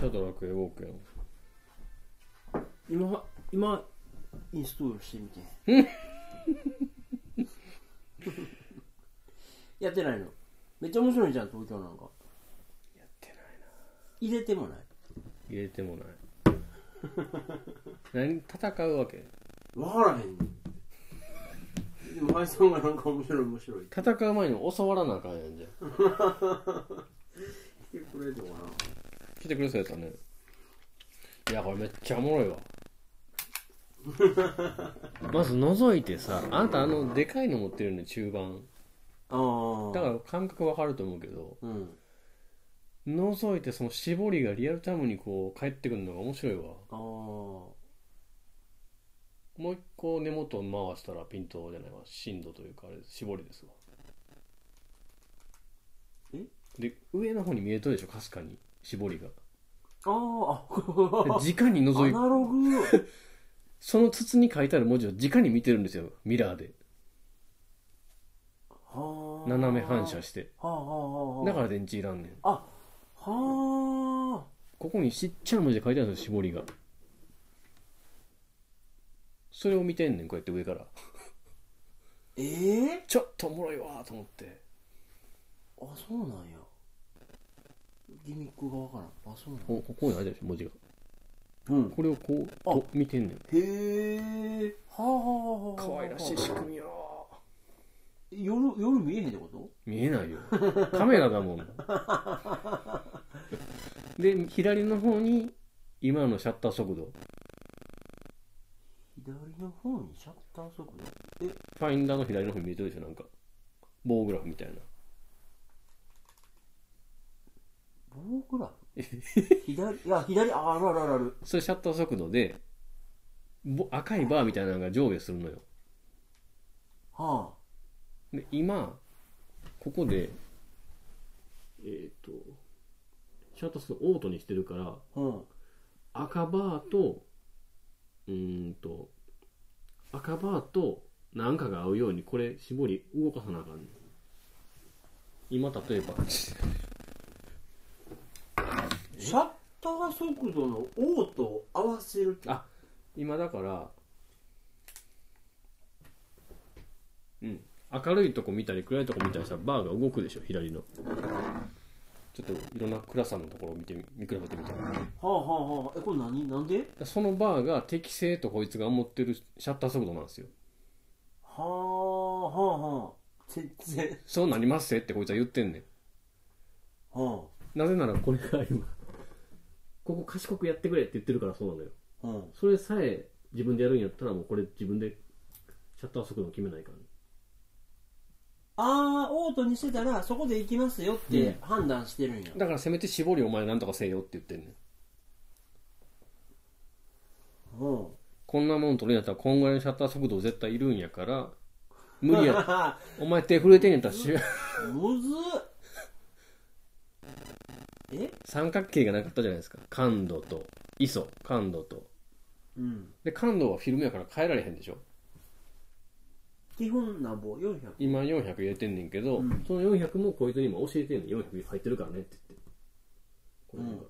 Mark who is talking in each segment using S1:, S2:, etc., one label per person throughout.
S1: たドラクエウォークやろ
S2: 今今インストールしてみて やってないのめっちゃ面白いじゃん東京なんか
S1: やってないな
S2: 入れてもない
S1: 入れてもない 何戦うわけ
S2: 分からへんねんでも林さんがなんか面白い面白いって
S1: 戦う前に教わらなあかんやんじゃん
S2: 来てくれるのかな
S1: 来てくれそうやったねいやこれめっちゃおもろいわ まず覗いてさあなたあのでかいの持ってるね中盤
S2: ああ
S1: だから感覚わかると思うけど
S2: うん
S1: 覗いてその絞りがリアルタイムにこう返ってくるのが面白いわ
S2: ああ
S1: もう一個根元を回したらピントじゃないわ深度というかあれ絞りですわ
S2: え
S1: で上の方に見えとるでしょかすかに絞 りが
S2: あーあ
S1: で直に覗
S2: ア
S1: い
S2: ナログ
S1: その筒に書いてある文字を直に見てるんですよミラーで
S2: はあ
S1: 斜め反射して
S2: はあはあはあ
S1: だから電池いらんねん
S2: あはあ
S1: ここにちっちゃい文字で書いてあるんですよ絞りがそれを見てんねんこうやって上から
S2: ええ
S1: ちょっとおもろいわーと思って
S2: あそうなんやギミックがわからんあそうなんや
S1: こここにあるでしょ文字が
S2: うん
S1: これをこうと見てんねん
S2: へえはあはあはあ
S1: 可愛らしい仕組みよ
S2: 夜夜見えへんってこと
S1: 見えないよカメラだもんで左の方に今のシャッター速度
S2: 左の方にシャッター速度
S1: ファインダーの左の方に見えてるでしょなんか棒グラフみたいな
S2: 棒グラ フ左いや左ああるあるあるある
S1: それシャッター速度でぼ赤いバーみたいなのが上下するのよ
S2: はあ
S1: で今ここでえっ、とシャッター速度オートにしてるから
S2: うん
S1: 赤バーとうーんと赤バーと何かが合うようにこれ絞り動かさなあかんねん今例えば
S2: シャッター速度のオートを合わせるって
S1: あ今だからうん明るいとこ見たり暗いとこ見たりしたらバーが動くでしょ左のちょっといろんな暗さのところを見てみ見比べてみたら
S2: はあはあはあえこれ何なんで
S1: そのバーが適正とこいつが思ってるシャッター速度なんですよ
S2: はあはあはあ全然
S1: そうなりますせってこいつは言ってんねん
S2: は
S1: なぜならこれが今、ここ賢くやってくれって言ってるからそうなのよ。
S2: あうん
S1: それさえ自分でやるんやったらもうこれ自分でシャッター速度決めないから、ね。
S2: ああオートにしてたらそこで行きますよっ
S1: うん
S2: て判断してるんや、
S1: だからせめて絞りお前なんとかせよって言ってんねん。
S2: うん
S1: こんなもん取るんやったらこんぐらいのシャッター速度絶対いるんやから、無理や。
S2: や
S1: お前手震えてんやったらし
S2: むずっえ
S1: 三角形がなかったじゃないですか。感度と、ISO、感度と。
S2: うん
S1: で、感度はフィルムやから変えられへんでしょ。
S2: 基本なんぼ400
S1: 今400入れてんねんけど、
S2: うん
S1: その400もこいつに今教えてんねん400入ってるからねって言ってこれなんか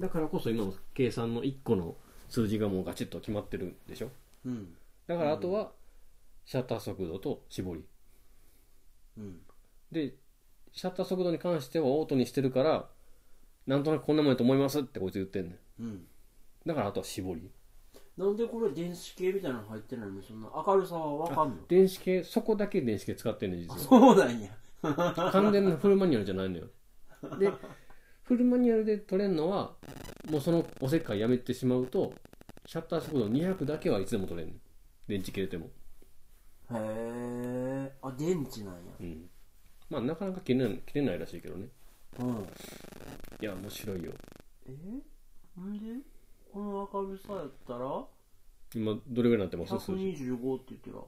S1: だからこそ今の計算の1個の数字がもうガチッと決まってるでしょ
S2: うん
S1: だからあとはシャッター速度と絞り
S2: うん
S1: でシャッター速度に関してはオートにしてるからなんとなくこんなもんやと思いますってこいつ言ってんねん
S2: うん
S1: だからあとは絞り
S2: なんでこれ電子系みたいなの入ってないのにそんな明るさはわかんの
S1: 電子系そこだけ電子系使ってんねん実
S2: あ
S1: は
S2: そうなんや
S1: 完全なフルマニュアルじゃないのよでフルマニュアルで取れるのはもうそのおせっかいやめてしまうとシャッター速度200だけはいつでも取れんねん電池切れても
S2: へえあ電池なんや
S1: うんまあなかなか切れない切れないらしいけどね
S2: うん
S1: いや面白いよ
S2: えんでこの明るさやったら
S1: 今どれぐらいになってます数字
S2: 125って言ってたら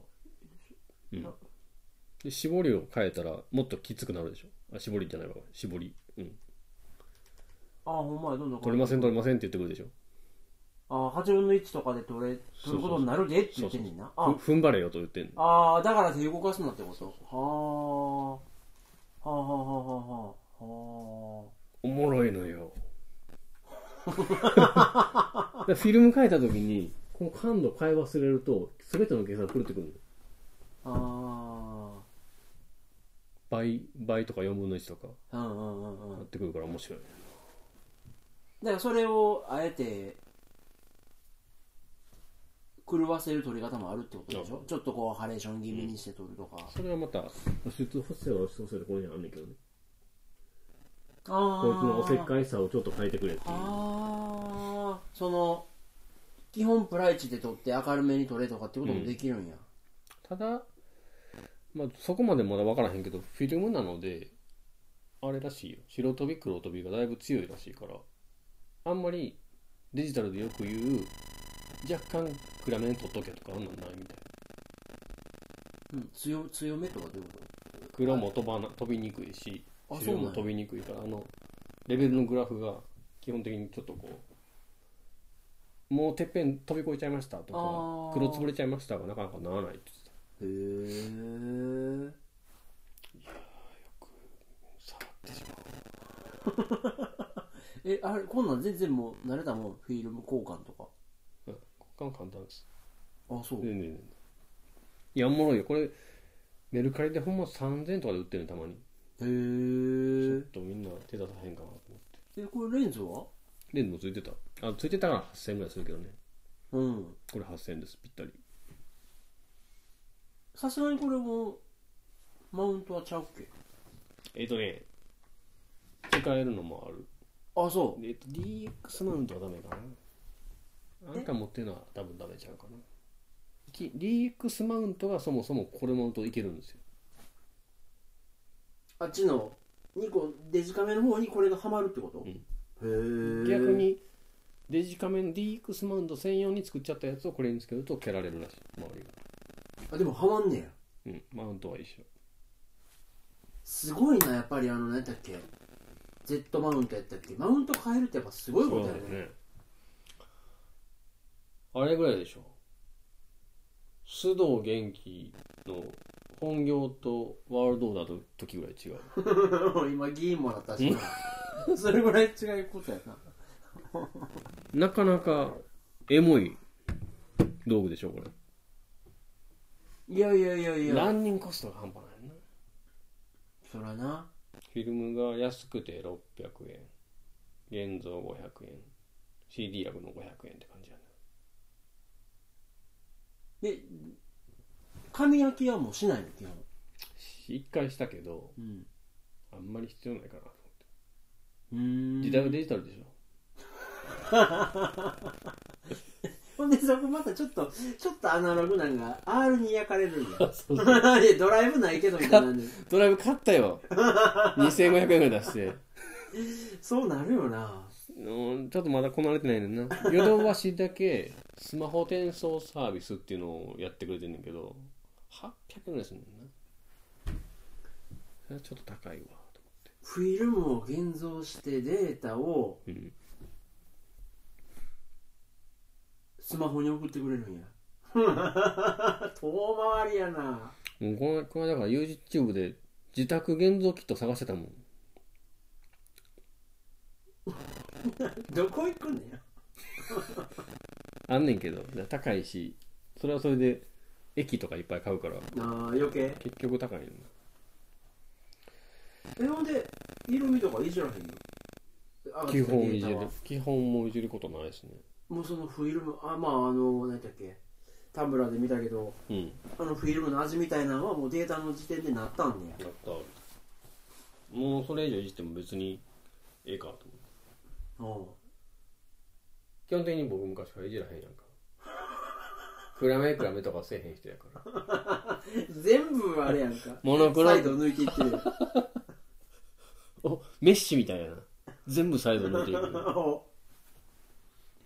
S1: で絞りを変えたらもっときつくなるでしょあ絞りじゃないわ絞りうん
S2: あほんまやどんどん
S1: 取れません取れませんって言ってくるでしょ
S2: あ8分の1とかで取れ取ることになるでって言ってんねんなあ
S1: ふ踏ん張れよと言ってんの
S2: ああだから手動かすなってことはあはあはあはあはあは
S1: おもろいのよ
S2: あ
S1: だからフィルム変えた時にこの感度変え忘れると全ての計算狂ってくるの
S2: ああ
S1: 倍倍とか4分の1とか
S2: うんうんうんう
S1: なっ
S2: ん
S1: てくるから面白い
S2: だからそれをあえて狂わせる取り方もあるってことでしょ、
S1: うん
S2: ちょっとこうハレーション気味にして取るとか、
S1: それはまた出補正は出補正でこういうのあんねんけどね
S2: ああ
S1: こいつのおせっかいさをちょっと変えてくれっていう
S2: ああその基本プライチで取って明るめに取れとかってこともできるんや、
S1: ただ、まあ、そこまでまだ分からへんけどフィルムなのであれらしいよ白飛び黒飛びがだいぶ強いらしいからあんまりデジタルでよく言う若干暗めに撮っとけとかあんなんないみたい
S2: うん強強めとかどういうこ
S1: な黒も飛ばな飛びにくいし
S2: あそう
S1: 白
S2: なんや
S1: も飛びにくいからあのレベルのグラフが基本的にちょっとこうもうてっぺん飛び越えちゃいましたと
S2: あ
S1: か黒
S2: ー
S1: 潰れちゃいましたがなかなかならないって言ってた
S2: とへえ
S1: さらってしまう
S2: えあれこんなん全然もう慣れたもんフィルム交換とか
S1: うんここは簡単です
S2: あそ
S1: 全
S2: う
S1: 然全然いやおもろいよこれメルカリでほんま3000とかで売ってるのたまに
S2: へ
S1: ちょっ
S2: ー
S1: とみんな手出さへんかなと思って
S2: えこれレンズは
S1: レンズもついてたあついてたから8000ぐらいするけどね
S2: うん
S1: これ8000ですぴったり
S2: さすがにこれもマウントはちゃうっけ
S1: えっ、とね使えるのもある
S2: あそう
S1: えっ、と DX マウントはダメかなあんた持ってるのは多分ダメちゃうかなき DX マウントがそもそもこれものといけるんですよ
S2: あっちの2個デジカメの方にこれがはまるってこと、
S1: ん
S2: へえ
S1: 逆にデジカメの DX マウント専用に作っちゃったやつをこれにつけると蹴られるらしい周りが
S2: あでもはまんねや
S1: うん、マウントは一緒。
S2: すごいなやっぱりあの何やったっけ Z マウントやったっけマウント変えるってやっぱすごいことやね
S1: ね。あれぐらいでしょ。須藤元気の本業とワールドオーダーの時ぐらい違う。
S2: 今議員もらったしな それぐらい違うことやな
S1: なかなかエモい道具でしょ、これ。
S2: いやいやいやい
S1: ラ
S2: や
S1: ンニングコストが半端ないな。
S2: そらな
S1: フィルムが安くて600円、現像500円、CD 役の500円って感じやね。
S2: で髪焼きはもうしないの基本
S1: 一回したけど、
S2: うん
S1: あんまり必要ないかなと思って。
S2: うーん
S1: 時代はデジタル でしょ。
S2: ほんでそこまたちょっとちょっとアナログなんが R に焼かれるん や
S1: そう
S2: いやドライブないけどみたいなんで
S1: ドライブ買ったよ2500円ぐらい出して
S2: そうなるよな
S1: うんちょっとまだこなれてないねんなヨドバシだけスマホ転送サービスっていうのをやってくれてんねんけど800円ぐらいすんねんなそれはちょっと高いわと
S2: フィルムを現像してデータを
S1: 思って、うん、
S2: スマホに送ってくれるんや 遠回りやな
S1: もうこのこの間から YouTube で自宅現像キット探してたもん
S2: どこ行くんや
S1: あんねんけど高いしそれはそれで駅とかいっぱい買うから
S2: ああ余計
S1: 結局高いねんな
S2: えほんで色味とかいじらへんのあ
S1: 基本い
S2: デ
S1: じ
S2: ー
S1: る
S2: タは
S1: 基本もいじることないですね
S2: もうそのフィルムあまああの何だっけタンブラーで見たけど
S1: うん
S2: あのフィルムの味みたいなのはもうデータの時点でなったんねや
S1: やったもうそれ以上いじっても別にええかと思って
S2: おう
S1: 基本的に僕昔からいじらへんやんか暗め暗めとかせえへん人やから
S2: 全部あれやんか
S1: モノクロ
S2: サイド抜いていっ て る
S1: おメッシみたいやな全部サイド抜いていく
S2: お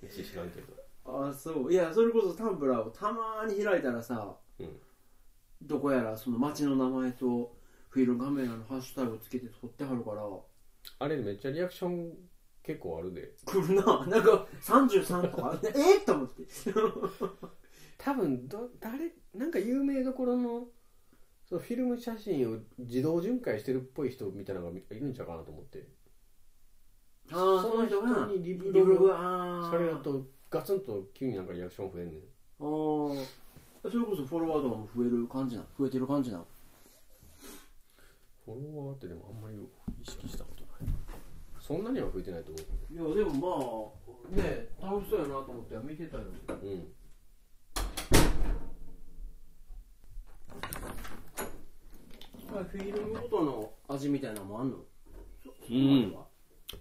S1: メッシ知らんけど
S2: あそういやそれこそタンブラーをたまに開いたらさ
S1: うん
S2: どこやらその町の名前とフィルムカメラのハッシュタグつけて撮ってはるから
S1: あれめっちゃリアクション結構あるで
S2: 来るな なんか33とか えっと 思って
S1: 多分ど誰なんか有名どころのそのフィルム写真を自動巡回してるっぽい人みたいなのがいるんちゃうかなと思って
S2: ああー
S1: その人
S2: その人が
S1: にリブ
S2: リ
S1: ロ
S2: ブロ
S1: グ
S2: グああ
S1: それだとガツンと急になんかリアクション増えんねん
S2: あーそれこそフォロワーとかも増える感じなの増えてる感じなの
S1: フォロワーってでもあんまり意識したことないそんなには増えてないと思う
S2: いやでもまあね楽しそうやなと思って見てたよ
S1: うん。
S2: フィルムごとの味みたいなのもあんの
S1: うん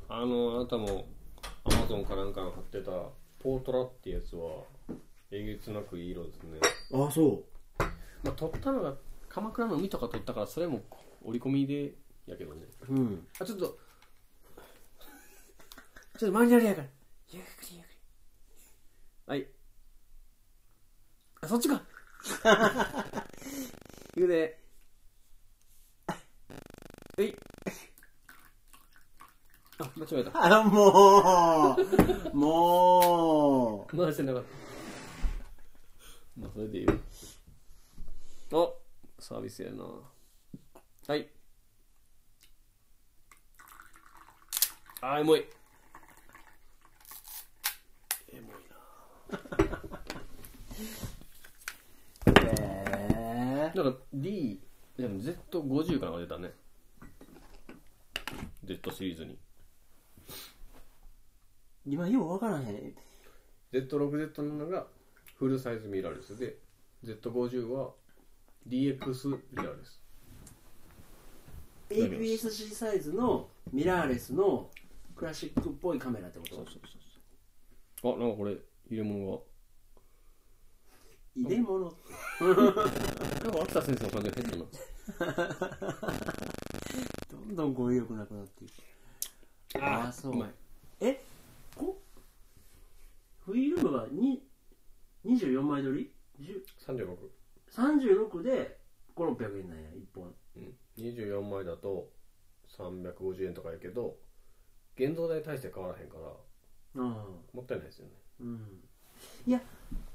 S1: あの、あなたも Amazon かなんかの買ってたポートラってやつは、えげつなくいい色ですね。
S2: あそ
S1: まあ、撮ったのが鎌倉の海とか撮ったから、それも折り込みでやけどね。
S2: ううん
S1: あ、ちょっと、
S2: ちょっとマニュアルやからゆっくりゆっくり
S1: はい。
S2: あそっちかゆで
S1: あ、間違えた。
S2: あもうも
S1: 回してなかった。まあ、それでいいよ。おサービスやな。はい。あー、エモい。エモいな。
S2: うへえ
S1: だから D、でも Z50 かなんか出たね。Z シリーズに。
S2: 今よう分からへん
S1: Z6Z7 がフルサイズミラーレスで、Z50 は DX ミラーレス。
S2: APS-C サイズのミラーレスのクラシックっぽいカメラってこと
S1: そうそう。あ、なんかこれ、入れ物が。
S2: 入れ物って
S1: なんか秋田先生の感じが変だな。
S2: どんどん語彙力なくなっていくあーそう
S1: まい。
S2: えこフィルムはに24枚撮り10
S1: 36。
S2: 36で5600円なんや1本
S1: うん。24枚だと350円とかやけど、現像代大して変わらへんから、
S2: ああ
S1: もったいないですよね。
S2: うんいや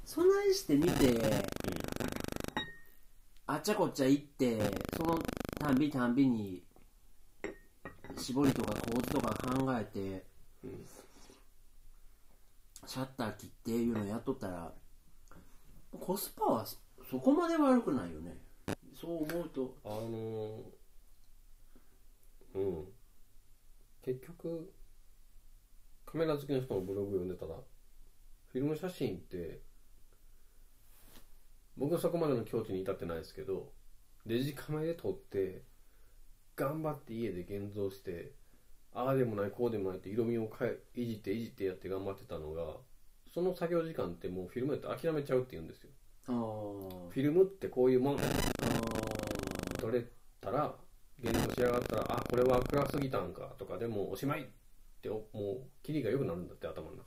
S2: そないして見てあっちゃこっちゃ行ってそのたんびたんびに絞りとか構図とか考えて
S1: うん。
S2: シャッター切っていうのやっとったらコスパはそそこまで悪くないよねそう思うと
S1: あのー、うん。結局、カメラ好きの人のブログ読んでたら、フィルム写真って、僕はそこまでの境地に至ってないですけど、デジカメで撮って、頑張って家で現像して、ああでもない、こうでもないって色味を変え、いじっていじってやって頑張ってたのが、その作業時間ってもうフィルムやって諦めちゃうって言うんですよ。
S2: ああ
S1: フィルムってこういうもん
S2: あ
S1: 取れたら現像しやがったらあこれは暗すぎたんかとかでもうおしまいっておもうキリが良くなるんだって頭の中で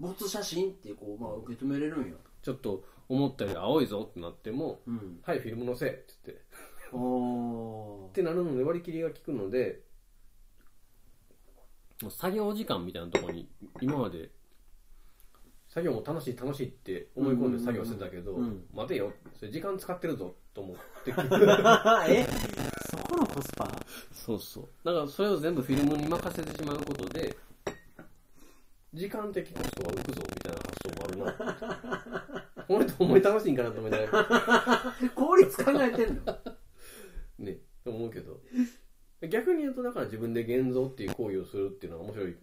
S2: 没写真ってこう、まあ、受け止めれるんや
S1: ちょっと思ったより青いぞってなっても
S2: うん
S1: はいフィルムのせいって言って
S2: お
S1: ってなるので割り切りが効くのでもう作業時間みたいなところに今まで作業も楽しい楽しいって思い込んで作業してたけど、
S2: うんうんうん
S1: 待てよそれ時間使ってるぞと思って
S2: えそこのコスパ
S1: そうそうだからそれを全部フィルムに任せてしまうことで時間的コストが浮くぞみたいな発想もあるなこの人思い楽しいんかなと思いながら
S2: 効率考えてんの
S1: ねと思うけど逆に言うとだから自分で現像っていう行為をするっていうのは面白い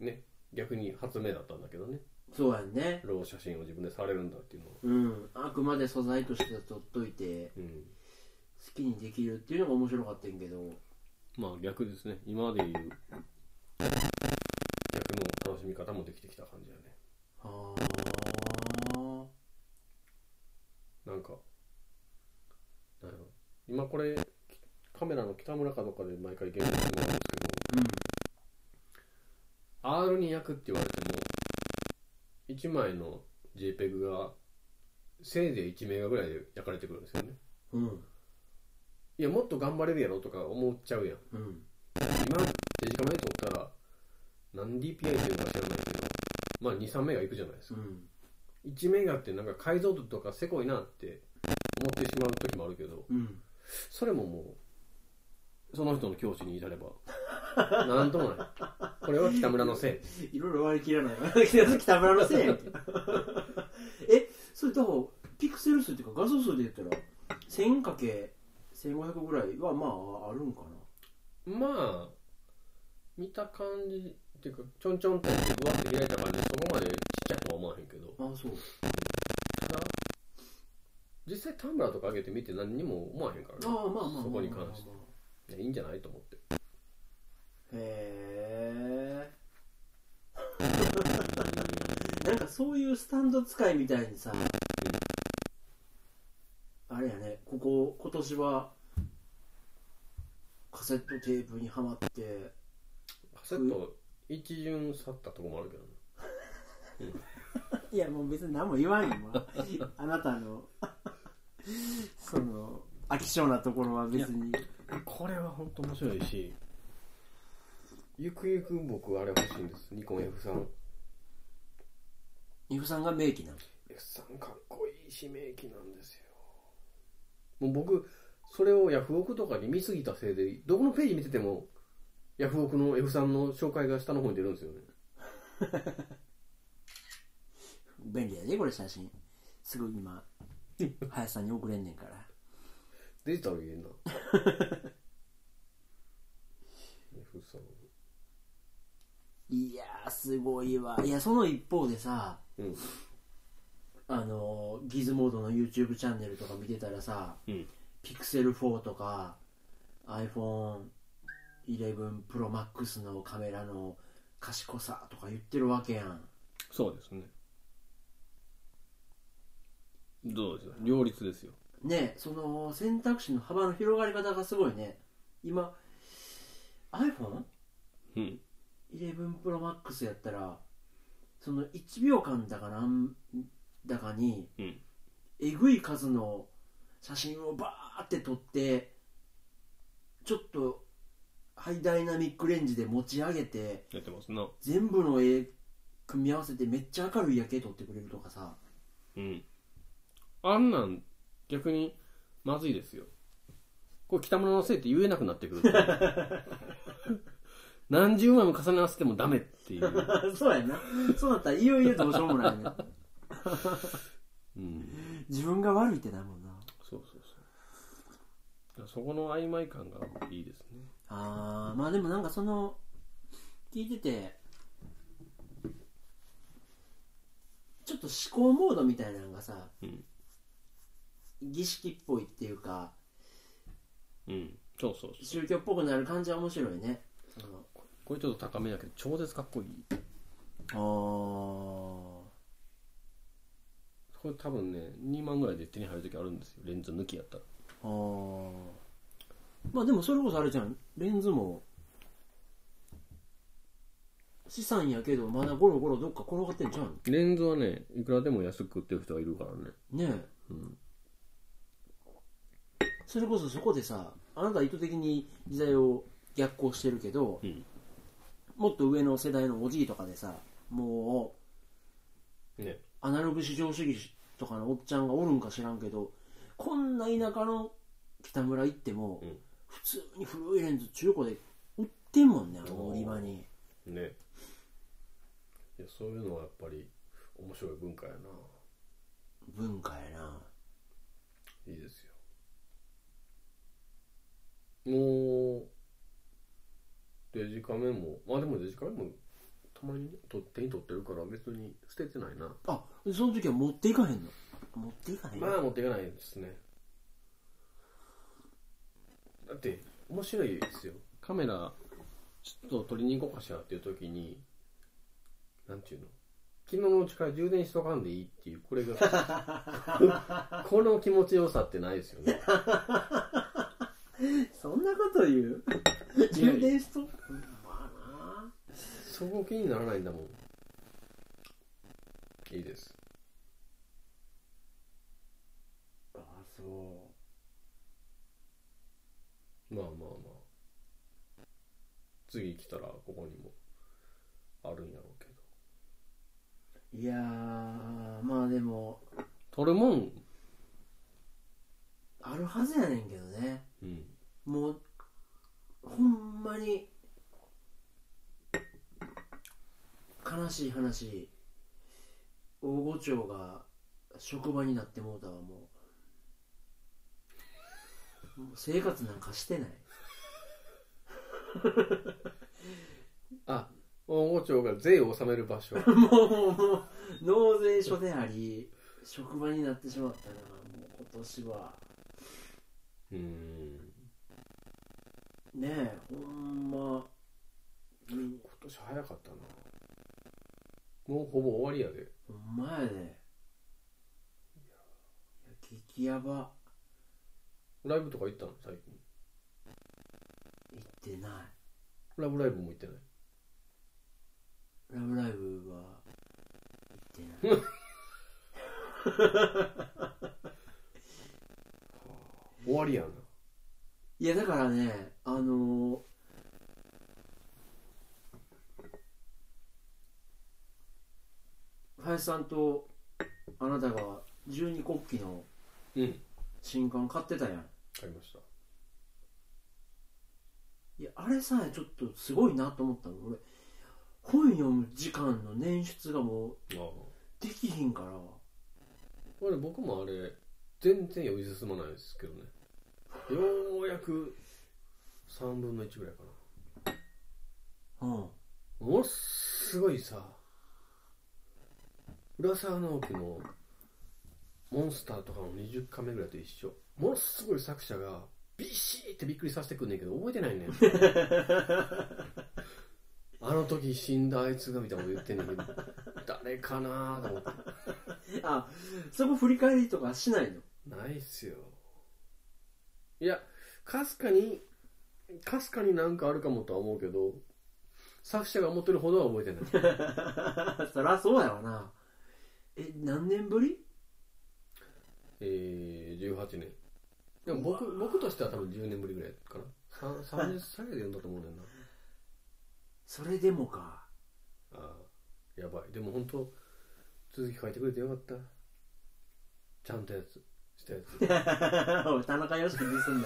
S1: ね逆に発明だったんだけどね
S2: そうやんね
S1: ロー写真を自分でされるんだっていうのは
S2: うんあくまで素材として取っといて
S1: うん
S2: 好きにできるっていうのが面白かったんやけど
S1: まあ逆ですね今まで言う逆の楽しみ方もできてきた感じだね
S2: あ
S1: なんか、なんやろ今これ、カメラの北村かどっかで毎回ゲームしてもらうんです
S2: あ
S1: けど、R に焼くって言われても、1枚の JPEG が、せいぜい1メガぐらいで焼かれてくるんですよね。
S2: うんうん
S1: いや、もっと頑張れるやろとか思っちゃうやん。
S2: うん
S1: 今、デジカメで撮ったら、何 DPI っていうのか知らないけど、まあ2、3メガいくじゃないです
S2: う
S1: か。
S2: ん
S1: 1メガってなんか解像度とかせこいなって思ってしまう時もあるけど、
S2: うん
S1: それももうその人の境地に至れば なんともないこれは北村のせ
S2: いろいろ割り切らない わ北村のせいやんけえそれだからピクセル数っていうか画素数で言ったら 1000×1500 ぐらいはまああるんか
S1: いまあ見た感じっていうかちょんちょんとぶわって開いた感じそこまでちっちゃいとは思わへんけど
S2: なあそう
S1: ただ実際タンブラーとか上げてみて何にも思わへんから
S2: ああ
S1: ね
S2: まあまあまあ
S1: そこに関して
S2: まあまあま
S1: いやいいんじゃないと思って
S2: あへえなんかそういうスタンド使いみたいにさ、あれやねここ今年はカセットテープにはまって
S1: カセット一巡去ったとこもあるけどね
S2: いやもう別に何も言わんよ、 まあ、あなたの その飽き性なところは別に
S1: これは本当面白いしゆくゆく僕あれ欲しいんですニコン F3F3
S2: イフさんが名機なの
S1: かっこいいし名機なんですよもう僕それをヤフオクとかに見すぎたせいでどこのページ見ててもヤフオクの F3 の紹介が下の方に出るんですよね
S2: 便利やでこれ写真すぐ今林さんに送れんねんから
S1: デジタル入れん な F3
S2: いやーすごいわいやその一方でさ
S1: うん
S2: あのーギズモードの YouTube チャンネルとか見てたらさ
S1: うん
S2: ピクセル4とか iPhone11ProMax のカメラの賢さとか言ってるわけやん
S1: そうですねどうですか両立ですよ
S2: ねその選択肢の幅の広がり方がすごいね今 iPhone11
S1: うん
S2: Pro Max やったらその1秒間だかなんだかに
S1: うん
S2: えぐい数の写真をバーって撮ってちょっとハイダイナミックレンジで持ち上げて
S1: やってますな
S2: 全部の絵組み合わせてめっちゃ明るい夜景撮ってくれるとかさ
S1: うんあんなん逆にまずいですよこれ北村のせいって言えなくなってくる 何十枚も重ね合わせてもダメっていう、
S2: そうやなそうなったらいよいよどうしようもないね
S1: うん、
S2: 自分が悪いってなるもんな
S1: そうそうそうそこの曖昧感がいいですね
S2: あーまあでもなんかその聞いててちょっと思考モードみたいなのがさ
S1: うん
S2: 儀式っぽいっていうか
S1: うんそうそうそう
S2: 宗教っぽくなる感じは面白いねその
S1: これちょっと高めだけど超絶かっこいいこれ多分ね2万ぐらいで手に入る時あるんですよレンズ抜きやったら
S2: あーまあでもそれこそあれじゃんレンズも資産やけどまだゴロゴロどっか転がってんじゃん
S1: レンズはねいくらでも安く売ってる人がいるからね
S2: ねえ、それこそそこでさあなたは意図的に時代を逆行してるけど、
S1: うん
S2: もっと上の世代のおじいとかでさもう
S1: ね
S2: アナログ至上主義とかのおっちゃんがおるんか知らんけどこんな田舎の北村行っても、
S1: うん
S2: 普通に古いレンズ中古で売ってんもんねあの売り場に
S1: ねいやそういうのはやっぱり面白い文化やな
S2: 文化やない
S1: いですよもうデジカメもまあでもデジカメもたまにねと手に取ってるから別に捨ててないな
S2: あその時は持っていかへんの持っていかへんの、
S1: まあ持っていかないですねだって面白いですよカメラちょっと撮りに行こうかしらっていう時になんていうの昨日のうちから充電しとかんでいいっていうこれが この気持ちよさってないですよね
S2: そんなこと言う充電しとまあな
S1: そこ気にならないんだもんいいです
S2: あそ
S1: まあまあまあ次来たらここにもあるんやろうけど
S2: ういやーまあでも
S1: 撮るもん
S2: あるはずやねんけどね
S1: うん
S2: もうほんまに悲しい話大御町が職場になってもうたわもうもう生活なんかしてない
S1: あ大御町が税を納める場所
S2: もうもうもう納税所であり職場になってしまったなもう今年は
S3: うーん
S2: ねえほんまうん
S1: 今年早かったなもうほぼ終わりやで
S2: ほんまやでいや激ヤバ
S1: ライブとか行ったの最近
S2: 行ってない
S1: ラブライブも行ってない
S2: ラブライブは行ってない
S1: 終わりやない
S2: やだからねあのー林さんとあなたが十二国旗の
S1: うん
S2: 新刊買ってたやん
S1: ありました
S2: いやあれさえちょっとすごいなと思ったの俺本読む時間の捻出がもう
S1: ああ
S2: できひんから
S1: これ僕もあれ全然読み進まないですけどねようやく3分の1ぐらいかな
S2: うん
S1: ものすごいさ浦沢直樹の「モンスター」とかの20巻目ぐらいと一緒ものすごい作者がビシーってびっくりさせてくんねんけど覚えてないねんあの時死んだあいつがみたいなこと言ってんねんけど誰かなーと思って
S2: あそこ振り返りとかしないの
S1: ないっすよいやかすかにかすかになんかあるかもとは思うけど作者が思ってるほどは覚えてない
S2: そりゃそうやわなえ何年ぶり
S1: えー、18年でも僕僕としては多分10年ぶりぐらいかなさ30歳で読んだと思うねんな
S2: それでもか
S1: ああやばいでも本当続き書いてくれてよかったちゃんとやつしたやつ
S2: おい田中良樹にすん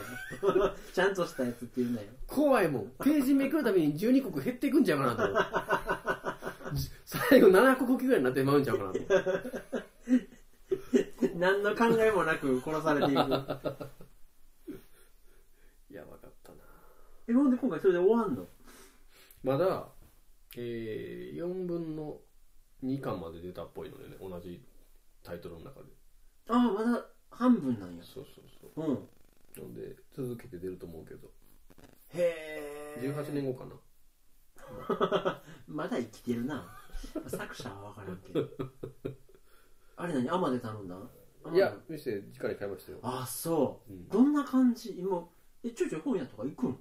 S2: なよ ちゃんとしたやつって言うなよ
S1: 怖いもんページめくるたびに12国減っていくんちゃうかなと思うじ 最後7国ぐらいになってまうんちゃうかなと思う
S2: 何の考えもなく殺されてい く
S1: やばかったな
S2: えほんで今回それで終わんの
S1: まだ、えー、4分の2巻まで出たっぽいのでね同じタイトルの中で
S2: ああまだ半分なんや
S1: そうそうそ
S2: うん
S1: うなので続けて出ると思うけど
S2: へえ
S1: 18年後かな
S2: まだ生きてるな作者は分からんけ どあれ何アマで頼んだアマ
S1: いや店直に買いましたよ
S2: あそ
S1: うん
S2: うどんな感じ今えちょいちょい本屋とか行くん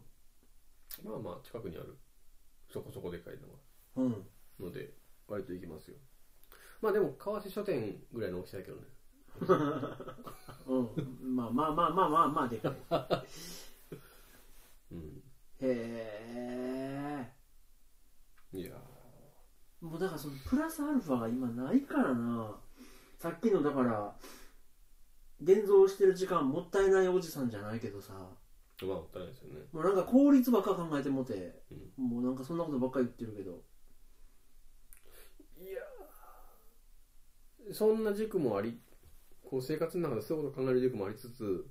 S1: まあまあ近くにあるそこそこでかいのが
S2: うん
S1: ので割と行きますよまあでも川瀬書店ぐらいの大きさだけどね
S2: うん、まあまあまあまあまあまあでかい。
S1: うん
S2: へ
S1: いやー
S2: え。もうだからそのプラスアルファが今ないからな。さっきのだから、現像してる時間もったいないおじさんじゃないけどさ、
S1: まあもったいないですよね
S2: もうなんか効率ばっか考えてもて、もうなんかそんなことばっか言ってるけど。
S1: いやーそんな塾もありこう生活の中でそういうことを考える塾もありつつ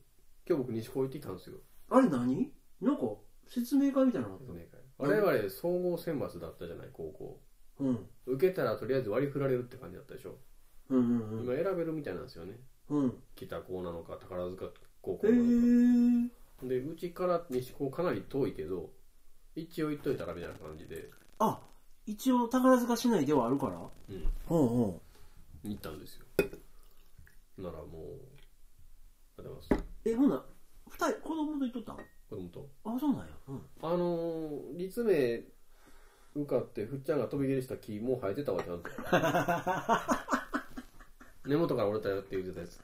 S1: 今日僕西高行ってきたんですよ
S2: あれ何なんか説明会みたいなのあった
S1: 我々総合選抜だったじゃない高校
S2: うん。
S1: 受けたらとりあえず割り振られるって感じだったでしょ、
S2: うんうん
S1: 今選べるみたいなんですよね
S2: うん。うん。
S1: 北高なのか宝塚高校
S2: へ
S1: なのか、
S2: え。
S1: でうちから西高かなり遠いけど一応行っといたらみたいな感じで、
S2: あ、一応宝塚市内ではあるから
S1: うん、
S2: うんうん。
S1: 行ったんですよならもうありがとうございます
S2: え、ほんなら、二人、子供と行っとったん
S1: 子供と
S2: あ、そうなんや。うん。
S1: あのー、立命受かってふっちゃんが飛び蹴りした木もう生えてたわちゃんと根元から折れたよって言ってたやつ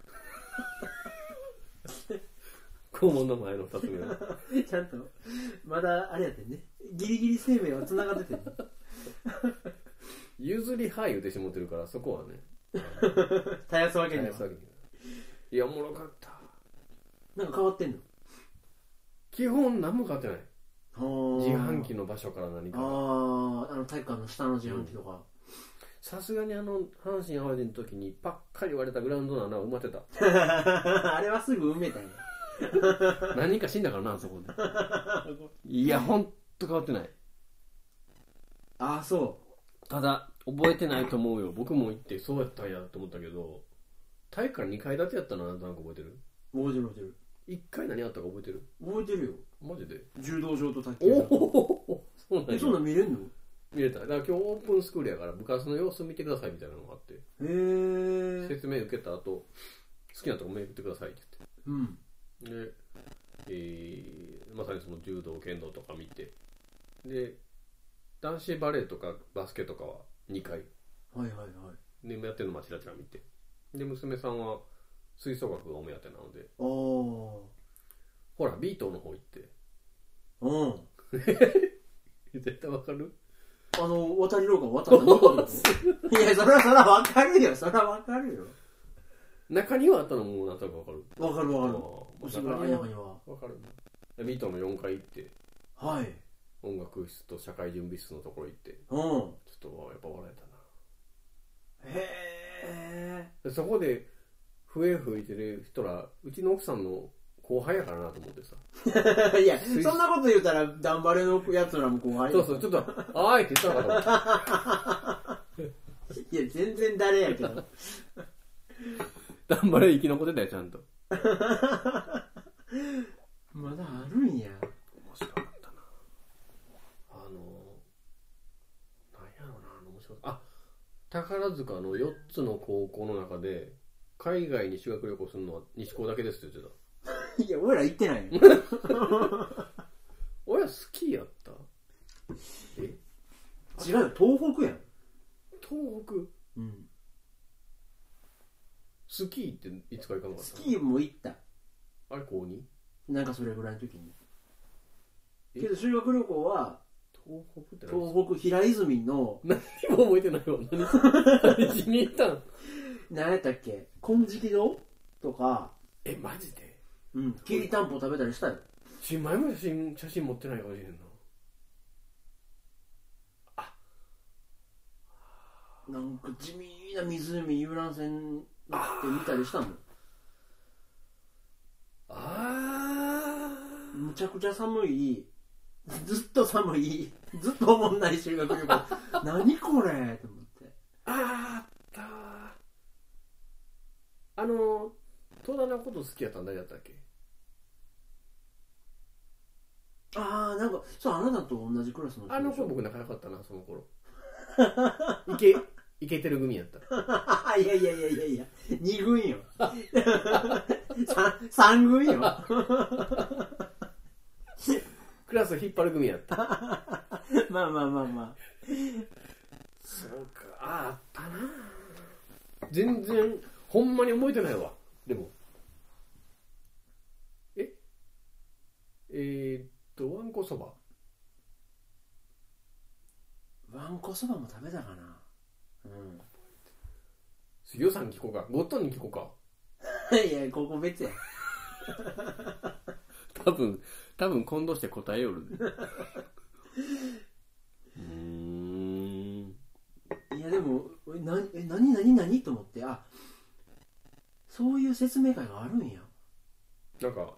S1: 肛門の前の2つ目の
S2: ちゃんと、まだあれやってんね。ギリギリ生命は繋がって てんね。
S1: 譲りは言うてしもてるからそこはね
S2: 絶やすわけに
S1: 返
S2: は
S1: す。わけにはいやおもろかった
S2: なんか変わってんの
S1: 基本何も変わってない自
S2: 自
S1: 販機の場所から何
S2: あ
S1: か
S2: ーあの体育館の下の自販機とか、
S1: さすがにあの阪神・淡路の時にパッカリ割れたグラウンドの穴を埋まって た
S2: あれはすぐ埋めたんや
S1: 何人か死んだからなあそこ で
S3: いや、ほんと変わってない。
S2: ああそ
S3: ただ、
S1: 覚えてないと思うよ僕も行ってそうやったんやと思ったけど体育館2階建てやったのなんとなく覚えてる
S2: う覚えてる覚えてる
S1: 1階何あったか覚えてる
S2: 覚えてるよ
S1: マジで
S2: 柔道場と卓球
S1: お
S2: 場
S1: おそうなん
S2: え
S1: や
S2: そんなん見れんの
S1: 見れただから今日オープンスクールやから部活の様子見てくださいみたいなのがあって
S2: へえ
S1: 説明受けた後好きなとこめくってくださいって
S2: うん
S1: 言ってで、えーまさにその柔道剣道とか見てで男子バレーとかバスケとかは2回
S2: はいはいはい
S1: でやってるのはちらちら見てで娘さんは吹奏楽がお目当てなので
S2: ああ
S1: ほらビートの方行って
S2: うん
S1: 絶対わかる
S2: あの渡り廊下渡った のいやそれはそれはわかるよそれはわかるよ
S1: 中にはあったのもなんとなくわかる
S2: わかるわかるお
S1: る
S2: しまいの中には
S1: わかるでビートの4回行って
S2: はい
S1: 音楽室と社会準備室のところ行って
S2: うん
S1: ちょっとやっぱ笑えたな
S2: へえ
S1: でそこで笛吹いてる人らうちの奥さんの後輩やからなと思ってさ
S2: い や、そんなこと言うたら、ダンバレのやつらも後輩
S1: そうそうちょっと「あーい」って言ったのかと思っ
S2: いや、全然誰やけど。
S1: た頑張れ生き残ってたよちゃんと
S2: まだあるんや。
S1: 面白かったなあのなんやろなあの面白かったあ宝塚の4つの高校の中で海外に修学旅行するのは西高だけですって言ってた
S2: いや、俺ら行ってない よ。
S1: 俺はスキーやったえ
S2: 違うよ、東北やん。
S1: 東北
S2: うん。
S1: スキーっていつか行かなかった
S2: スキーも行った。
S1: あれ高 2?
S2: なんかそれぐらいの時に。
S1: え
S2: けど修学旅行は、
S1: 東北って何
S2: 東北平泉の、
S1: 何も覚えてないわ何何しに行っ たん
S2: 何やったっけ、金色堂とか、
S1: えマジで
S2: うん、きりたんぽ食べたりしたよ。
S1: 新米も写真写真持ってないかもしれんな
S2: なんか地味な湖遊覧船乗って見たりしたもん。
S1: あ
S2: むちゃくちゃ寒い、ずっと寒い、ずっとおもんない修学旅 行。何これと思って。
S1: ああったあの東大のこと好きやったん誰だったっけ
S2: ああ、なんか、そう、あなたと同じクラスの人でしょ
S1: あの子僕仲良かったなその頃いけいけてる組やった
S2: いやいやいやいやいや、二軍よ。 三三軍よ。
S1: クラス引っ張る組やった
S2: まあまあまあま
S1: そうかああったな全然ほんまに覚えてないわでもええー、っとわんこそば
S2: あ。わんこそばも食べたかな。う
S1: 予算聞こうかごっとんに聞こうか
S2: ん。 いや、ここ別や。
S3: 多分、多分混同して答えよるで。うーん。
S2: いや、でも、俺な、え、なになになにと思って、あ、そういう説明会があるんや。
S1: なんか、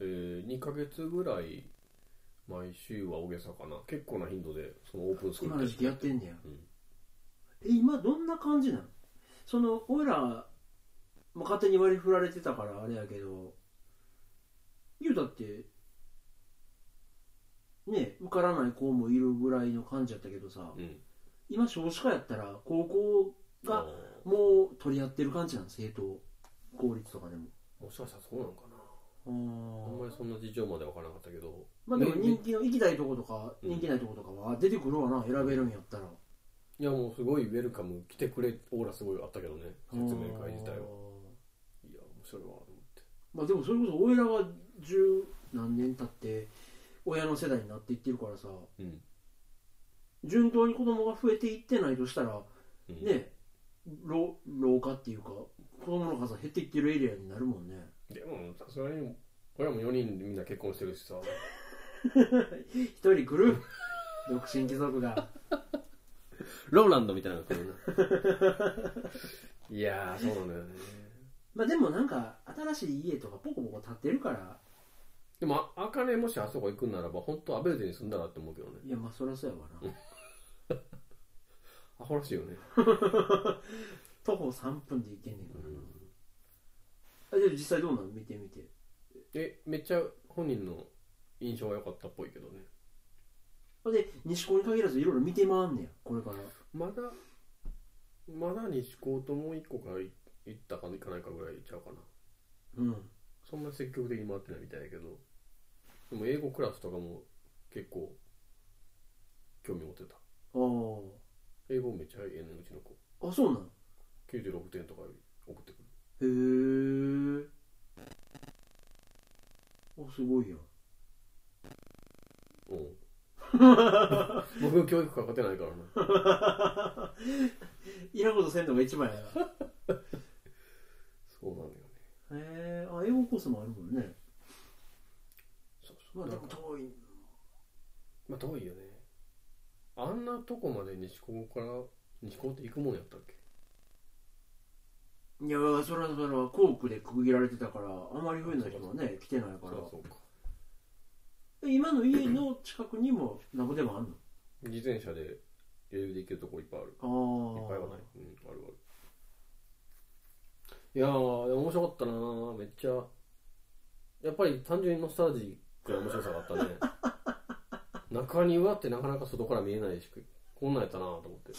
S1: えー、2ヶ月ぐらい毎週は大げさかな結構な頻度でそのオープンスクー
S2: 今
S1: ル
S2: の時期やってんねや。
S1: うん
S2: え今どんな感じなのその俺らもう勝手に割り振られてたからあれやけど言うたってね受からない子もいるぐらいの感じやったけどさ
S1: うん
S2: 今少子化やったら高校
S1: あ
S2: がもう取り合ってる感じなの政党公立とかでも
S1: ーもしかしたらそうなのかなあんま
S2: あ
S1: りそんな事情までわからなかったけど
S2: まあでも
S1: ね
S2: 人気の行きたいとことか
S1: うん
S2: 人気ないとことかは出てくるわな選べるんやったら
S1: いやもうすごいウェルカム来てくれオーラすごいあったけどね説明会自体は
S2: あー
S1: いや面白いわと思って
S2: まあでもそれこそ俺らが十何年経って親の世代になっていってるからさ
S1: うん、
S2: 順当に子供が増えていってないとしたら
S1: うん、
S2: ね老老化っていうか子供の数が減っていってるエリアになるもんね
S1: でもさすがに俺らも4人でみんな結婚してるしさ
S2: 一人グループ独身貴族が
S3: ローランドみたいなのが来るな
S1: いやーそうなんだよね
S2: まあでもなんか新しい家とかポコポコ建ってるから
S1: でもあかねもしあそこ行くんならば本当アベルデに住んだらって思うけどね
S2: いやまあそりゃそうやわな
S1: アホらしいよね
S2: 徒歩3分で行けんねんからな、あじゃあ実際どうなの見てみて
S1: えめっちゃ本人の印象が良かったっぽいけどね
S2: ほんで西高に限らずいろいろ見てまんねやこれから
S1: まだまだ西高ともう一個かい行ったか行かないかぐらいちゃうかな
S2: うん
S1: そんな積極的に回ってないみたいだけどでも英語クラスとかも結構興味持ってた
S2: あ
S1: 英語めっちゃええねうちの子
S2: ああそうなん
S1: 96点とか送ってくる
S2: へえおすごいやん
S1: うん 僕教育かかってないからない
S2: らんことせんのが一番やなへ
S1: そうなんだよね
S2: えあ英語コースもあるもんね
S1: そうそう
S2: まあでも遠い
S1: まあ遠いよねあんなとこまで西高から西高って行くもんやったっけ
S2: いやそらそらコープで区切られてたからあまり増えない人はね来てないから
S1: そうそうか
S2: え今の家の近くにも何個でもあんの
S1: 自転車で余裕で行けるとこいっぱいあるい
S2: ああ
S1: っぱいはない。うん、あるある。いやー、面白かったなーめっちゃ。やっぱり単純にノスタルジックな面白さがあったね。 中庭ってなかなか外から見えないし、こんなんやったなーと思って。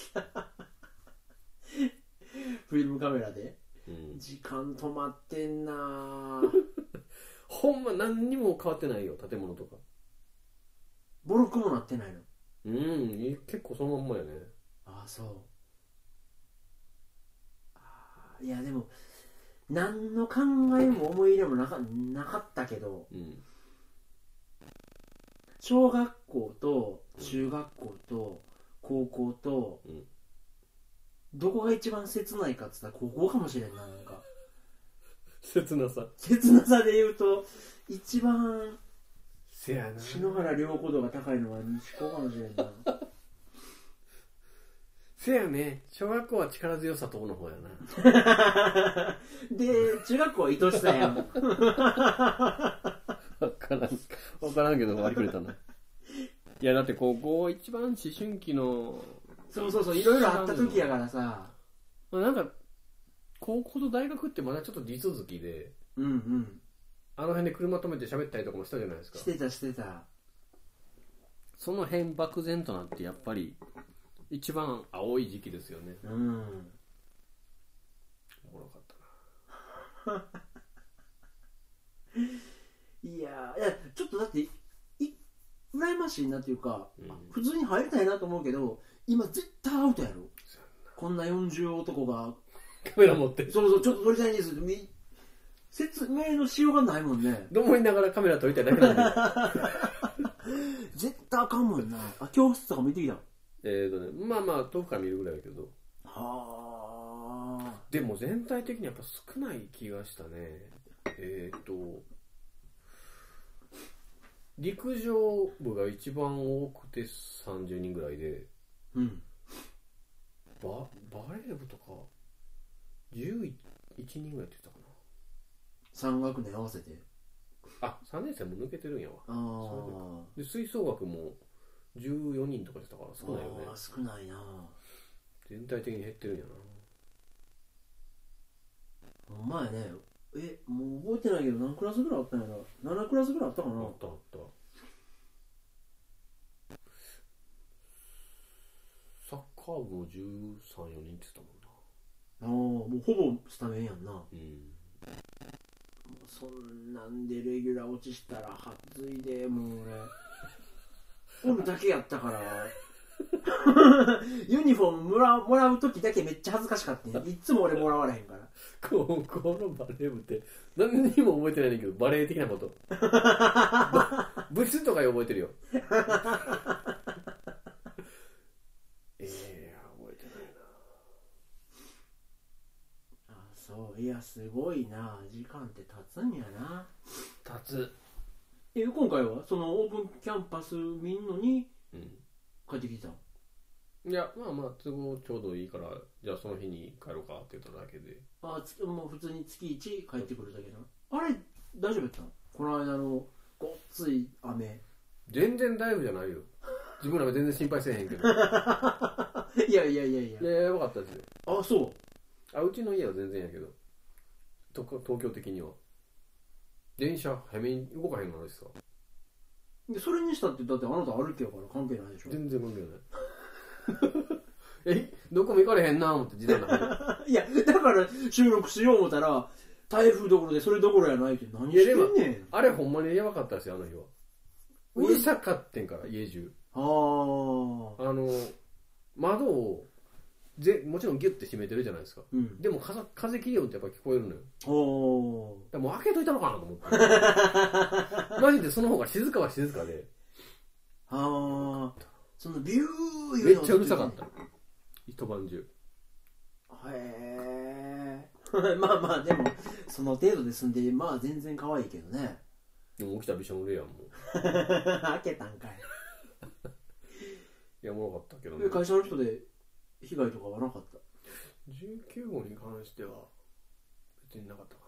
S2: フィルムカメラで
S1: うん、
S2: 時間止まってんなあ
S1: ほんま何にも変わってないよ、建物とか。
S2: ボロクもなってないの
S1: うん、い結構そのまんまやね。
S2: ああそうああいやでも何の考えも思い入れもなかなかったけど
S1: うん。
S2: 小学校と中学校と高校と、
S1: うん
S2: どこが一番切ないかっつったら高校かもしれんななんか
S1: 切なさ。
S2: 切なさで言うと一番
S1: せやな。
S2: 篠原涼子度が高いのは西高かもしれんな
S1: せやね。小学校は力強さとの方やな。
S2: で中学校は愛しさやん
S3: わからん。わからんけど割り振れたな。いや、だって高校一番思春期の、
S2: そうそうそういろいろあった時やからさ
S1: まあなんか、高校と大学ってまだちょっと地続きで、
S2: うんうん
S1: あの辺で車止めて喋ったりとかもしたじゃないですか
S2: し。てたしてた
S3: その辺漠然となってやっぱり、一番青い時期ですよね。
S2: うん
S1: おもろかったな。
S2: いやーいやちょっとだってい羨ましいなっていうか、
S1: うん
S2: あ普通に入りたいなと思うけど今絶対アウトやろ
S1: そ
S2: こんな40男が
S1: カメラ持って、
S2: そうそうちょっと撮りたいんですってみ説明のしようがないもんね
S1: どもいながらカメラ撮りたいだけなんだ
S2: 絶対あかんもんなあ教室とか見てきたは
S1: けど えーとね、まあまあ遠くから見るぐらいだけど、
S2: あ
S1: でも全体的にやっぱ少ない気がしたね。えーと、陸上部が一番多くて30人ぐらいで、
S2: うん
S1: ババレー部とか11人ぐらいって言ってたかな。
S2: 3学年合わせて
S1: あ3年生も抜けてるんやわ
S2: あ
S1: そういうで
S2: ー
S1: 吹奏楽も14人とかしたから
S2: あ
S1: 少ないよね
S2: ー少ないな
S1: 全体的に減ってるんやな
S2: ほんまやねえもう覚えてないけど何クラスぐらいあったんやろ7クラスぐらいあったかな
S1: あったあったサッカー部も134人って言ってたもんな
S2: ああもうほぼスタメンやんな
S1: うん
S2: そんなんでレギュラー落ちしたらはずいでもう俺俺だけやったから ユニフォームもらもらう時だけめっちゃ恥ずかしか ったねいっつも俺もらわれへんから
S1: 高校のバレー部って何にも覚えてないねんだけどバレー的なこと ば部室とかより覚えて るよええ覚えてないな
S2: あそういやすごいな時間って経つんやな
S1: 立つ
S2: え今回はそのオープンキャンパス見んのに
S1: うん
S2: 帰ってきたの
S1: いやまあまあ都合ちょうどいいからじゃあその日に帰ろうかって言っただけで
S2: あつもう普通に月1帰ってくるだけなあれ大丈夫やったのこの間のごっつい雨
S1: 全然大丈夫じゃないよ自分らは全然心配せえへんけどい
S2: いやいやいやいや
S1: ややばかったですよ
S2: あそう
S1: あうちの家は全然やけどとか東京的には電車早めに動かへんのですか
S2: でそれにしたってだってあなた歩きやから関係ないでしょ
S1: 全然無理よね えどこも行かれへんな思って時代だから
S2: いやだから収録しよう思ったら台風どころでそれどころやないって何してんねん
S1: あれほんまにやばかったですよあの日はうるさかってんから家中
S2: ああ
S1: あの窓をぜもちろんギュッて閉めてるじゃないですか
S2: うん
S1: でも風風切り音ってやっぱ聞こえるのよ
S2: あー
S1: でもう開けといたのかなと思ってマジでその方が静かは静かで
S2: ああそのビュー
S1: めっちゃうるさかった一晩中
S2: へえ まあまあでもその程度で済んでまあ全然可愛いけどね
S1: でも起きたらびしょ濡れやんもう
S2: 開けたんかい
S1: いやおもろかったけどね
S2: え会社の人で被害とかはなかった
S1: 19号に関しては別になかったか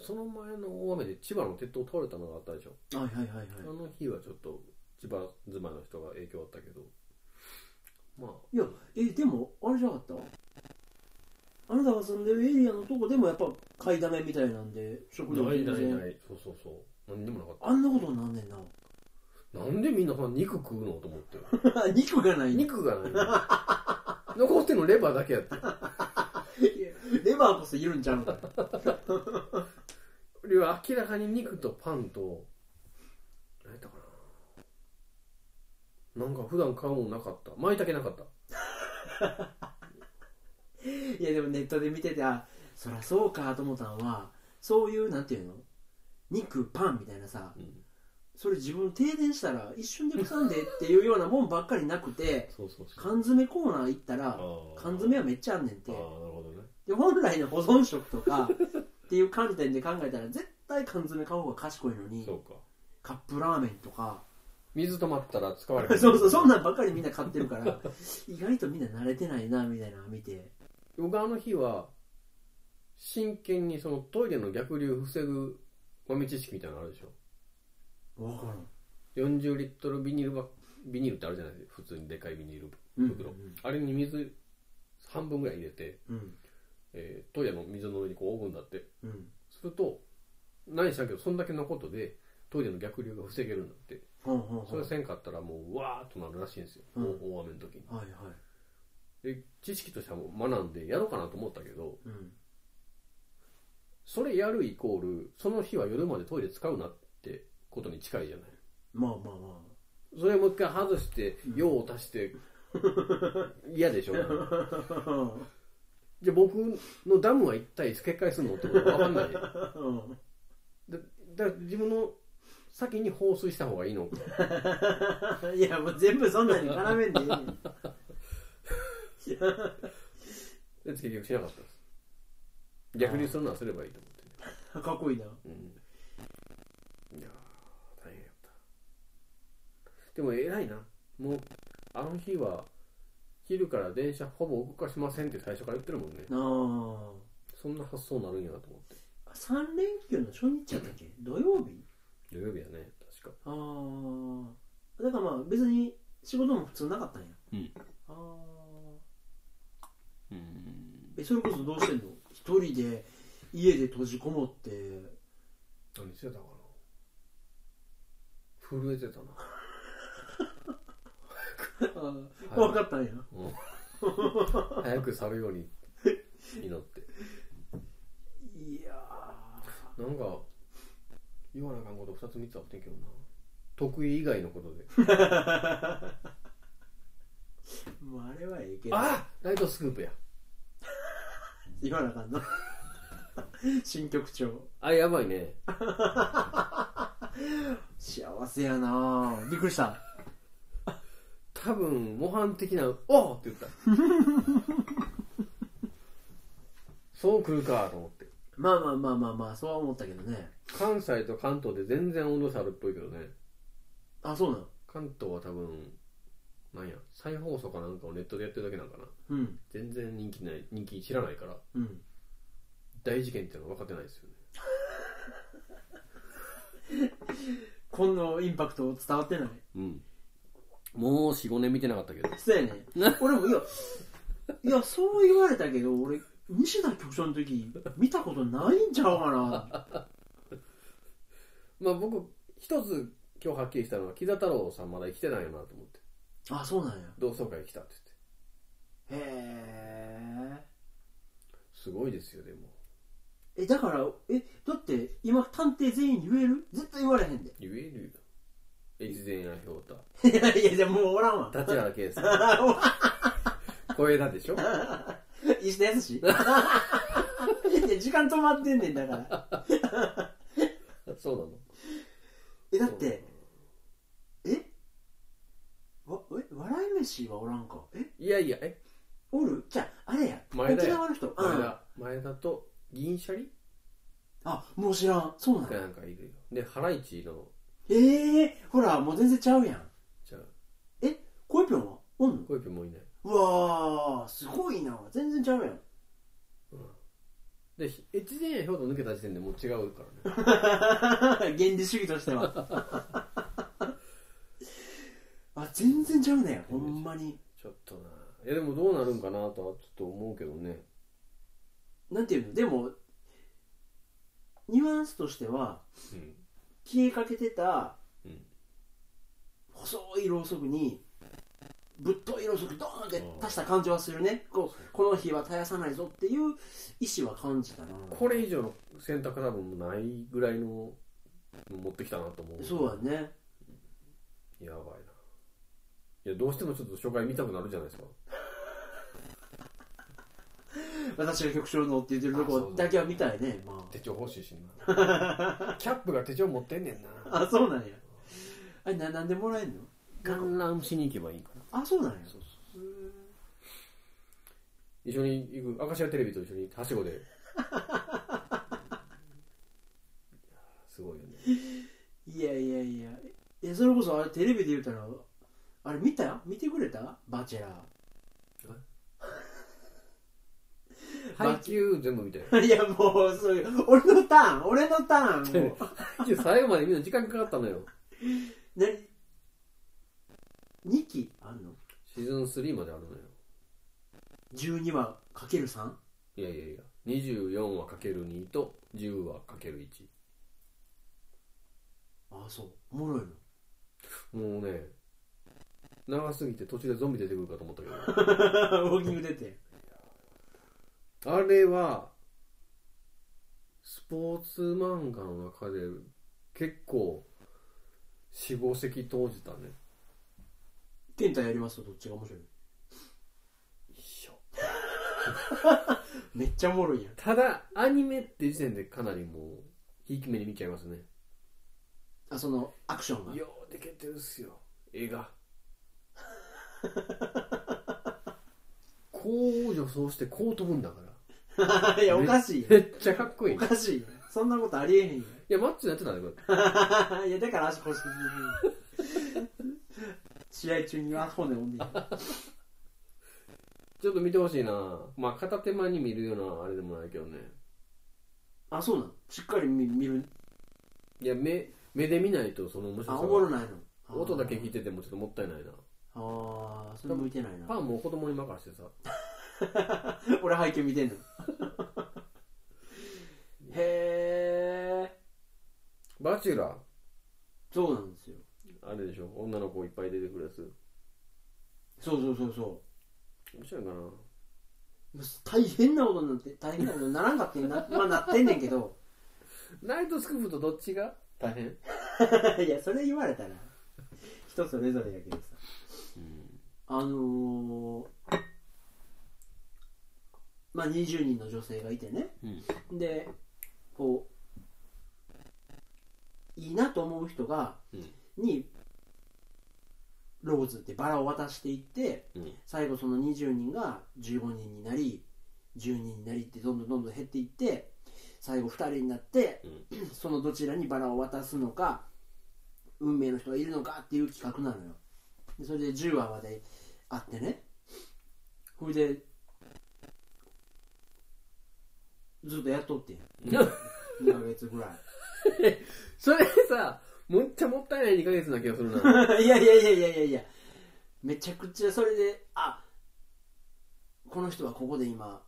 S1: なその前の大雨で千葉の鉄塔倒れたのがあったでしょ、
S2: はいはいはいはい
S1: あの日はちょっと千葉住まいの人が影響あったけどまあ
S2: いやえでもあれじゃなかったあなたが住んでるエリアのとこでもやっぱ買いだめみたいなんで食料
S1: ないないないいそうそうそう何でもなかっ
S2: あんなことになんねんな
S1: たなんでみんなそんな肉食うのと思って
S2: 肉がない
S1: 肉がないの残ってんのレバーだけやって
S2: レバーこそいるんちゃうんか
S1: 俺は明らかに肉とパンと何やったかななんか普段買うもんなかった舞茸なかった
S2: いやでもネットで見ててあそらそうかと思ったのはそういうなんていうの肉パンみたいなさそれ自分停電したら一瞬で腐んでっていうようなもんばっかりなくて
S1: そうそうそう
S2: 缶詰コーナー行ったら缶詰はめっちゃあんね
S1: あ
S2: んて
S1: ーあーなるほどね
S2: で本来の保存食とかっていう観点で考えたら絶対缶詰買う方が賢いのに
S1: そうか
S2: カップラーメンとか
S1: 水止まったら使われへ
S2: そ
S1: ん
S2: うそうそんなんばっかりみんな買ってるから意外とみんな慣れてないなみたいなの見て
S1: 僕あの日は真剣にそのトイレの逆流防ぐ豆知識みたいなのあるでしょ
S2: 分からん
S1: 40リットルビニールバビニールってあるじゃないですか普通にでかいビニール
S2: うん
S1: 袋、あれに水半分ぐらい入れて、
S2: うん
S1: えートイレの水の上にこう置くんだって
S2: うん
S1: すると何したけどそんだけのことでトイレの逆流が防げるんだって
S2: ほうほう
S1: そ
S2: ほう
S1: れせんかったらもうわーっとなるらしいんですよ、
S2: うん
S1: 大雨の時に
S2: はいはい
S1: で知識としてはもう学んでやろうかなと思ったけど
S2: うん
S1: それやるイコールその日は夜までトイレ使うなってことに近いじゃない
S2: まあまあま
S1: それもう一回外して用を足して嫌でしょ
S2: あ
S1: じゃあ僕のダムは一体決壊するのってことが分かんないだだ
S2: うん
S1: から自分の先に放水した方がいいのか
S2: いやもう全部そんなに絡めんでい いねん
S1: で結局しなかったです逆にするのはすればいいと思ってね
S2: かっこいいな
S1: うんいやー大変やったでも偉いなもうあの日は昼から電車ほぼ動かしませんって最初から言ってるもんね
S2: なあ
S1: そんな発想になるんやなと思って
S2: 3連休の初日やったっけ土曜日
S1: 土曜日やね確か
S2: ああだからまあ別に仕事も普通なかったんや
S1: うん
S2: あ
S1: うん
S2: あえそれこそどうしてんの一人で家で閉じこもって
S1: 何してたかな震えてたな
S2: 怖かったんや
S1: うん早く去るように祈って
S2: いや
S1: なんか言わなあかんこと2つ3つあってんけどな得意以外のことで
S2: ーもうあれはええけど
S1: あライトスクープや
S2: 言わなあかんな新曲調
S1: あやばいね
S2: 幸せやなびっくりした
S1: 多分模範的な「おっ!」って言った そう来るかと思って
S2: まあまあまあまあまあそうは思ったけどね
S1: 関西と関東で全然温度差あるっぽいけどね
S2: あそうなの
S1: 関東は多分なんや再放送かなんかをネットでやってるだけなんかな
S2: うん
S1: 全然人気ない人気知らないから
S2: うん
S1: 大事件っていうのは分かってないですよね
S2: このインパクト伝わってない
S1: うんもう45年見てなかったけど
S2: そうやね俺もいやいやそう言われたけど俺西田局長の時見たことないんちゃうかな
S1: まあ僕一つ今日はっきりしたのは木田太郎さんまだ生きてないよなと思って
S2: あそうなんや
S1: 同窓会来たって言って
S2: へえ
S1: すごいですよでも
S2: えだからえだって今探偵全員に言える絶対言われへんで
S1: 言えるよ越前やひょうた
S2: いやいやじゃあもうおらんわ
S1: 立原圭さ ん小枝でしょ
S2: 石田 康いや時間止まってんねんだから
S1: そうなの
S2: えだってえわえ笑い飯はおらんかえ
S1: いやいやえ
S2: おるじゃああれや
S1: 前田
S2: 沖
S1: や
S2: 縄の人
S1: 前
S2: うん
S1: 田前田と銀シャリ
S2: あもう知らんそうなんや
S1: なんかいるよでハライチの
S2: ええほらもう全然ちゃうやん
S1: じゃあ
S2: えコイピョンはおんの
S1: 小池もいないう
S2: わーすごいな全然ちゃうやん
S1: でひ越前やひょうた抜けた時点でもう違うからね
S2: 原理主義としては あ全然ちゃうねほんまに
S1: ちょっとないやでもどうなるんかなとはちょっと思うけどね
S2: なんていうのでもニュアンスとしては
S1: うん
S2: 消えかけてた
S1: うん
S2: 細いろうそくにぶっといろうそくドーンって足した感じはするねこうこの日は絶やさないぞっていう意志は感じたな
S1: これ以上の選択多分ないぐらいの持ってきたなと思う
S2: そうだね
S1: やばいないやどうしてもちょっと初回見たくなるじゃないですか
S2: 私が局長のって言ってると
S1: あそう
S2: こ
S1: そう
S2: だけは見たいねま
S1: 手帳欲しいしな キャップが手帳持ってんねんな
S2: ああそうなんやあれななんでもらえんの
S1: 観覧しに行けばいいから
S2: あそうなんや
S1: そうそう一緒に行く明石家テレビと一緒にはしごでいやすごいよね
S2: いやいやいやいやそれこそあれテレビで言うたらあれ見た見てくれたバチェラ
S1: 配給全部 みたい
S2: ーいやもうそういう俺のターン俺のターンもう
S1: な最後までみんな時間かかったのよ
S2: 何2期あんの
S1: シーズン3まであるのよ
S2: ?12 話かける 3?
S1: いやいやいや24話かける2と10話かける1
S2: ああそうおもろいの
S1: もうね長すぎて途中でゾンビ出てくるかと思ったけど
S2: ウォーキング出て
S1: あれはスポーツ漫画の中で結構死亡石投じたね
S2: 天体やりますとどっちが面白いの
S1: 一緒
S2: めっちゃおもろいやん
S1: ただアニメって時点でかなりもうひいき目に見ちゃいますね
S2: あそのアクションが
S1: ようできてるっすよ映画 こう女装してこう飛ぶんだから
S2: いや、おかしいよ。
S1: めっちゃかっこいい
S2: お
S1: い
S2: かしいよ。そんなことありえへんよ。
S1: やマッチになってたねこれ
S2: いや、だから足腰に。 試合中には骨折んでいい。
S1: ちょっと見てほしいなまあ片手間に見るようなあれでもないけどね
S2: あ、そうなのしっかり見見る。
S1: いや目目で見ないとその面白
S2: あ、
S1: さ
S2: おもろ
S1: は
S2: ないの。あー
S1: 音だけ聞い。ててもちょっともったいないな
S2: ああ、それ向いてない
S1: パ
S2: な。
S1: ンもう子供に任せてさ
S2: 俺背景見てんの。へえ。
S1: バチュラー
S2: そうなんですよ。
S1: あれでしょ女の子いっぱい出てくるやつ
S2: そうそうそうそ
S1: 面白いかな
S2: う。大変なことになって、大変なことにならんかってんな。まあなってんねんけど。
S1: ナイトスクープとどっちが大変
S2: いや、それ言われたら。人それぞれやけどさ。あのー、まあ20人の女性がいてね、でこういいなと思う人が、
S1: うん
S2: にローズってバラを渡していって
S1: うん
S2: 最後その20人が15人になり10人になりってどんどんどんどん減っていって最後2人になって、
S1: う
S2: そのどちらにバラを渡すのか運命の人がいるのかっていう企画なのよでそれで10話まであってねほいでずっとやっとってん2ヶ月ぐら
S1: それさめっちゃもったいない2ヶ月な気がするない
S2: いやいやいやいやいやいやめちゃくちゃそれであこの人はここで今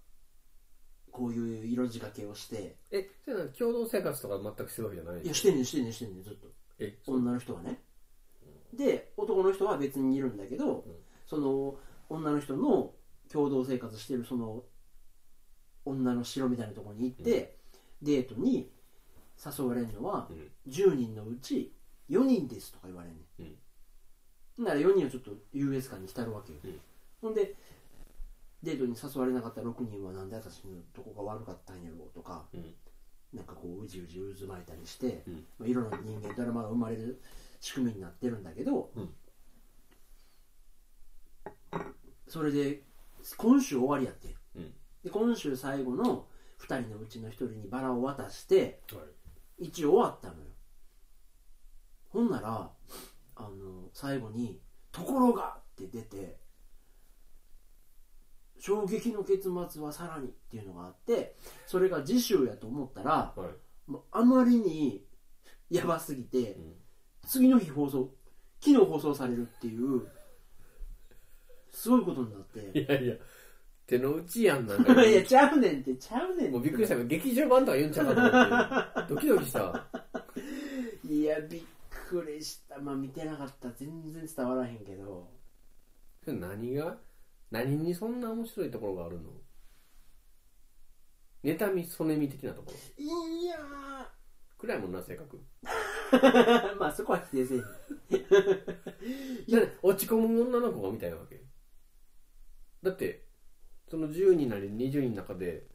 S2: こういう色仕掛けをして
S1: えそれな共同生活とか全くしてるわけじゃない
S2: いやしてんねんしてんねんしてんねんずっと
S1: えそう
S2: 女の人はねで男の人は別にいるんだけど、
S1: うん
S2: その女の人の共同生活してるその女の城みたいなところに行って、デートに誘われるのは
S1: うん
S2: 10人のうち4人ですとか言われんねん、ほんなら4人はちょっと優越感に浸るわけよ、
S1: うん
S2: ほんでデートに誘われなかった6人はなんで私のとこが悪かったんやろうとか、
S1: うん
S2: なんかこううじうじ渦巻いたりして、
S1: うん
S2: まあ、いろんな人間ドラマが生まれる仕組みになってるんだけど、
S1: うん
S2: それで今週終わりやって、
S1: うん
S2: で今週最後の2人のうちの1人にバラを渡して
S1: はい
S2: 一応終わったのよほんならあの最後に「ところが!」って出て衝撃の結末はさらにっていうのがあってそれが次週やと思ったら
S1: はい
S2: もうあまりにやばすぎて
S1: う、ん
S2: 次の日放送昨日放送されるっていうすごいことになって
S1: いやいや手の内やんなんか
S2: いやちゃうねんってちゃうねんて
S1: もうびっくりした劇場版とか言うんちゃうかと思 ってドキドキした
S2: いやびっくりしたまあ見てなかった全然伝わらへんけど
S1: 何が何にそんな面白いところがあるの妬みそねみ的なところ
S2: いや
S1: くらいもんな性格
S2: ーまあそこは否定せえへん
S1: だって落ち込む女の子がみたいなわけだってその10人なり20人の中で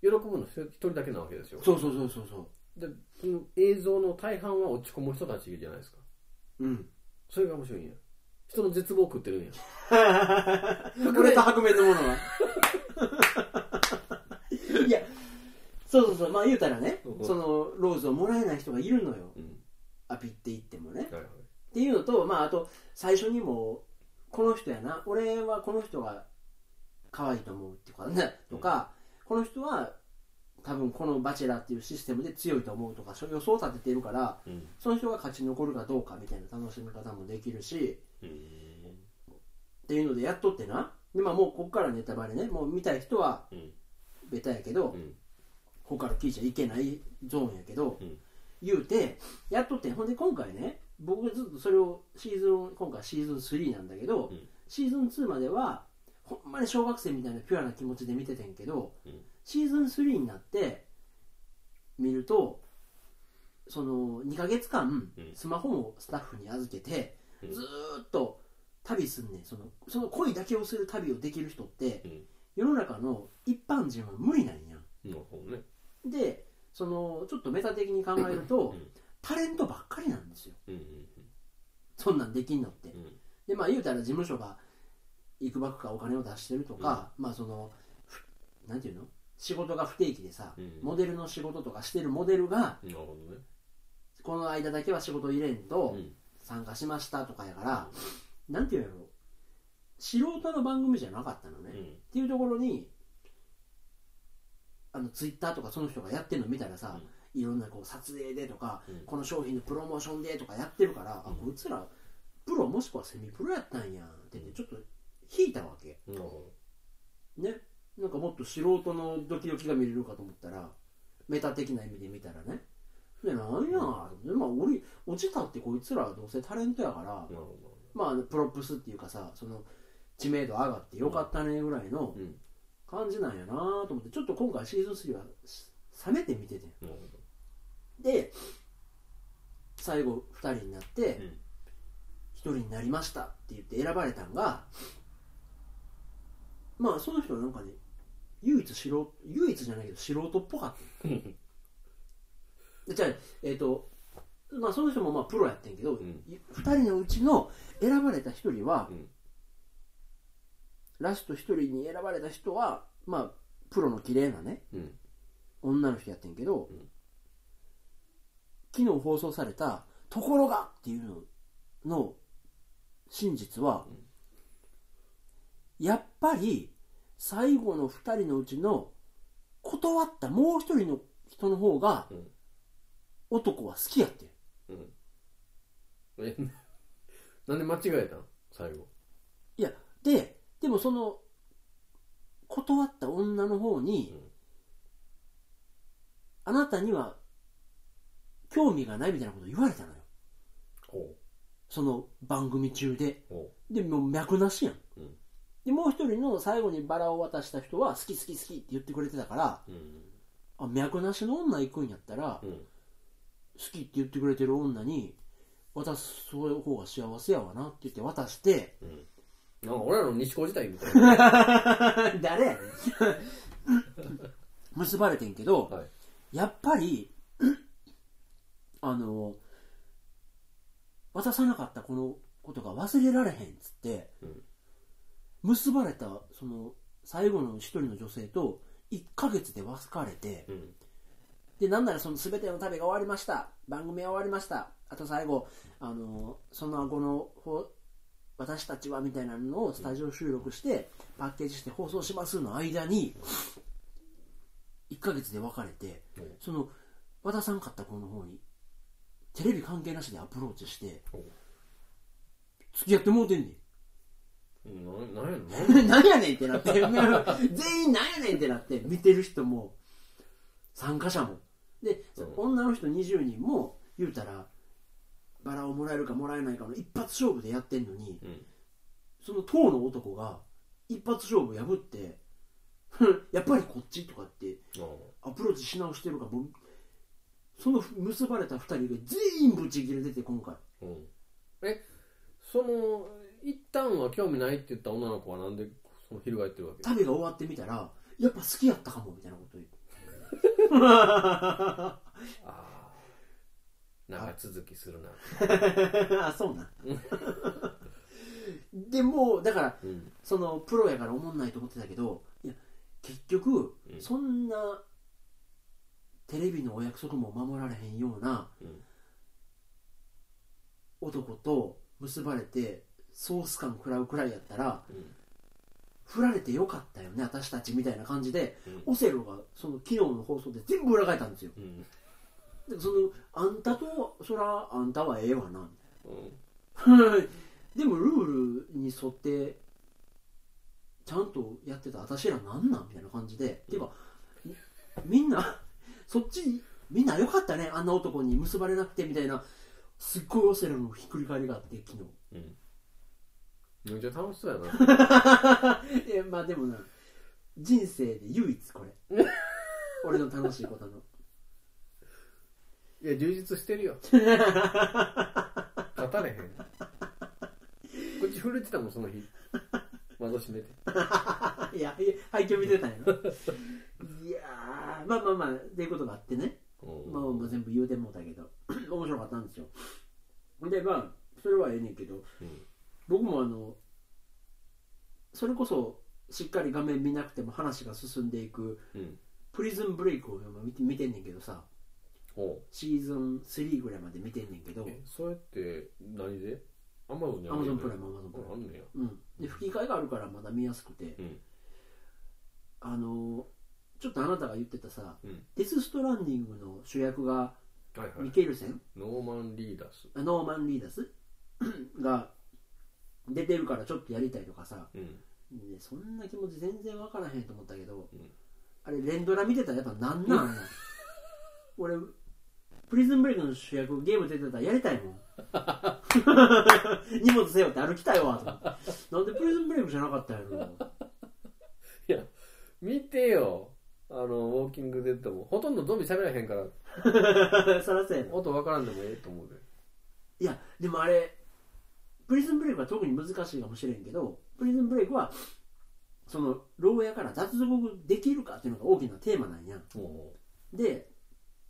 S1: 喜ぶの一人だけなわけですよ
S2: そうそうそうそうそ
S1: でその映像の大半は落ち込む人たちじゃないですか
S2: う うん
S1: それが面白いんや人の絶望を食ってるんや
S2: 俺と白滅者は いやそうそうそうまあ言うたらね
S1: うん
S2: そのローズをもらえない人がいるのよ
S1: うん
S2: アピっていってもね
S1: はいはい
S2: っていうのとまああと最初にもこの人やな俺はこの人が可愛いと思うっていうかねとか、この人は多分このバチェラーっていうシステムで強いと思うとかそういう予想を立ててるから
S1: うん
S2: その人が勝ち残るかどうかみたいな楽しみ方もできるし
S1: うん
S2: っていうのでやっとってな今もうここからネタバレねもう見たい人は
S1: うん
S2: ベタやけど、
S1: うん
S2: ここから聞いちゃいけないゾーンやけど、
S1: うん
S2: 言うてやっとってんほんで今回ね僕ずっとそれをシーズン今回シーズン3なんだけど、
S1: うん
S2: シーズン2まではほんまに小学生みたいなピュアな気持ちで見ててんけど、
S1: うん
S2: シーズン3になって見るとその2ヶ月間
S1: うん
S2: スマホもスタッフに預けて、
S1: うん
S2: ずーっと旅すんねんそのその恋だけをする旅をできる人って、
S1: うん
S2: 世の中の一般人は無理なんやん
S1: なるほどね
S2: でそのちょっとメタ的に考えると、
S1: うん
S2: タレントばっかりなんですよ
S1: うん
S2: そんなんできんのって、
S1: うんうん
S2: でまあ言うたら事務所がいくばくかお金を出してるとか、まあそのふなんていうの仕事が不定期でさ、
S1: うん
S2: モデルの仕事とかしてるモデルが
S1: なるほどね
S2: この間だけは仕事入れんと
S1: うん
S2: 参加しましたとかやから、なんていうの素人の番組じゃなかったのね、
S1: う
S2: っ
S1: ん
S2: ていうところにあのツイッターとかその人がやってるの見たらさ、いろんなこう撮影でとか、
S1: うん
S2: この商品のプロモーションでとかやってるから、
S1: うん
S2: あこいつらプロもしくはセミプロやったんやって言ってちょっと引いたわけ
S1: なるほ
S2: ねなんかもっと素人のドキドキが見れるかと思ったらメタ的な意味で見たらねでなんやで、まあ、俺落ちたってこいつらはどうせタレントやから
S1: どなるほど
S2: まあプロップスっていうかさその知名度上がってよかったねぐらいの
S1: うん
S2: 感じなんやなと思ってちょっと今回シーズン3は冷めて見ててん
S1: なるほど
S2: で最後2人になって
S1: うん
S2: 1人になりましたって言って選ばれたんがまあその人はなんかね唯一素人唯一じゃないけど素人っぽかったのでじゃあえっ、とまあその人もまあプロやってんけど、
S1: ん
S2: 2人のうちの選ばれた1人は、
S1: うん
S2: ラスト1人に選ばれた人はまあプロの綺麗なね
S1: うん
S2: 女の人やってんけど、
S1: ん
S2: 昨日放送された「ところが!」っていうのの真実は、やっぱり最後の2人のうちの断ったもう一人の人の方が
S1: うん
S2: 男は好きやってん
S1: うんえなんで間違えたん最後
S2: いやででもその断った女の方に、
S1: うん
S2: あなたには興味がないみたいなこと言われたのよ
S1: ほ
S2: その番組中で
S1: うほ
S2: でもう脈なしやん、
S1: うん
S2: でもう一人の最後にバラを渡した人は好き好き好きって言ってくれてたから
S1: ううん
S2: あ脈なしの女行くんやったら、
S1: う
S2: 好
S1: ん
S2: きって言ってくれてる女に渡す方が幸せやわなって言って 渡して
S1: うんなんか俺らの西高時代みたいな
S2: 誰やねん 結ばれてんけど、
S1: はい
S2: やっぱり あの渡さなかったこのことが忘れられへんっつって、
S1: うん
S2: 結ばれたその最後の一人の女性と1ヶ月で別れて
S1: うん
S2: でなんならその全ての旅が終わりました番組は終わりましたあと最後あのその後のほ私たちはみたいなのをスタジオ収録してパッケージして放送しますの間に1ヶ月で別れて
S1: うん
S2: その渡さんかった子の方にテレビ関係なしでアプローチして
S1: ほ
S2: 付き合ってもうてんねん
S1: ううんななんやの
S2: なん やねんってなって全員なんやねんってなって見てる人も参加者もで、
S1: う
S2: 女の人20人も言うたらバラをもらえるかもらえないかの一発勝負でやってんのに
S1: うん
S2: その当の男が一発勝負破って ふんやっぱりこっちとかって
S1: あ
S2: アプローチし直してるからもうその結ばれた2人が全員ブチ切れてて今回
S1: あうんえその一旦は興味ないって言った女の子はなんでその翻ってるわけ
S2: 旅が終わってみたらやっぱ好きやったかもみたいなこと言う
S1: ああ長続きするな
S2: あそうなん でもうだから
S1: うん
S2: そのプロやから思んないと思ってたけどいや結局、
S1: うん
S2: そんなテレビのお約束も守られへんような
S1: うん
S2: 男と結ばれてソース感食らうくらいやったら
S1: うん
S2: 振られてよかったよね私たちみたいな感じで
S1: うん
S2: オセロがその昨日の放送で全部裏返ったんですよ
S1: うん
S2: でそのあんたとそらあんたはええわな
S1: うん
S2: でもルールに沿ってちゃんとやってた私らなんなんみたいな感じで、ていうかみみんな そっちにみんなよかったねあんな男に結ばれなくてみたいなすっごいオセロのひっくり返りがあって昨
S1: うんめっちゃ楽しそうやな
S2: 日いやまあでもな人生で唯一こ れ俺の楽しいことの
S1: いや充実してるよ立たれへん口震えてたもんその日窓閉めて
S2: いやいや配給見てたんやな いやーまあまあまあっていうことがあってね
S1: うん
S2: まあまあ全部言うてもうたけど 面白かったんですよでまあそれはええねんけど
S1: うん
S2: 僕もあのそれこそしっかり画面見なくても話が進んでいく
S1: うん
S2: 「プリズンブレイク」を今見て見てんねんけどさ
S1: ほ
S2: シーズン3ぐらいまで見てんねんけど
S1: うえそれって何でアマゾンにある
S2: Amazon
S1: の
S2: プライム Amazon プライム
S1: あんねや
S2: うんで吹き替えがあるからまだ見やすくて
S1: うん
S2: あのちょっとあなたが言ってたさ
S1: うん
S2: 「デス・ストランディング」の主役が
S1: はいは
S2: ミ
S1: い
S2: ケルセン
S1: ノーマンリーダース
S2: ノーマン・リーダス が出てるからちょっとやりたいとかさ
S1: うん
S2: ねそんな気持ち全然わからへんと思ったけど、
S1: うん
S2: あれ連ドラ見てたらやっぱなんなん あんなん俺プリズンブレイクの主役ゲーム出てたらやりた いもん荷物背負って歩きたいわと思ってなんでプリズンブレイクじゃなかったんやろ
S1: いや見てよあのウォーキングデッドもほとんどゾンビ喋らへんから
S2: そらそうやな
S1: 音わからんでもええと思うで
S2: いやでもあれプリズンブレイクは特に難しいかもしれんけどプリズンブレイクはその牢屋から脱獄できるかっていうのが大きなテーマなんや
S1: ほ
S2: で、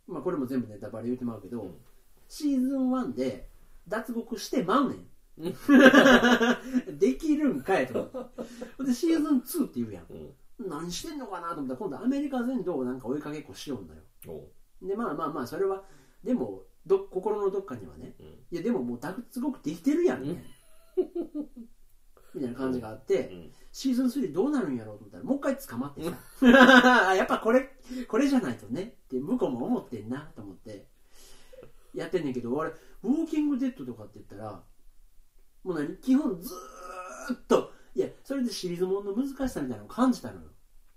S2: まあ、これも全部ネタバレ言うてまうけど、
S1: うん
S2: シーズン1で脱獄してまうね
S1: うん
S2: できるんかいと思ってほんでシーズン2って言うやん
S1: ううん
S2: な何してんのかなと思ったら今度アメリカ全土をなんか追いかけっこしようんだよ
S1: お
S2: でまあまあまあそれはでもど心のどっかにはね
S1: うん
S2: いやでももうだすごくできてるやんみたいなみたいな感じがあって、
S1: ん
S2: シーズン3どうなるんやろうと思ったらもう一回捕まってさやっぱこれこれじゃないとねって向こうも思ってんなと思ってやってんねんけどあれウォーキングデッドとかって言ったらもう何基本ずーっといやそれでシリーズものの難しさみたいなのを感じたのよ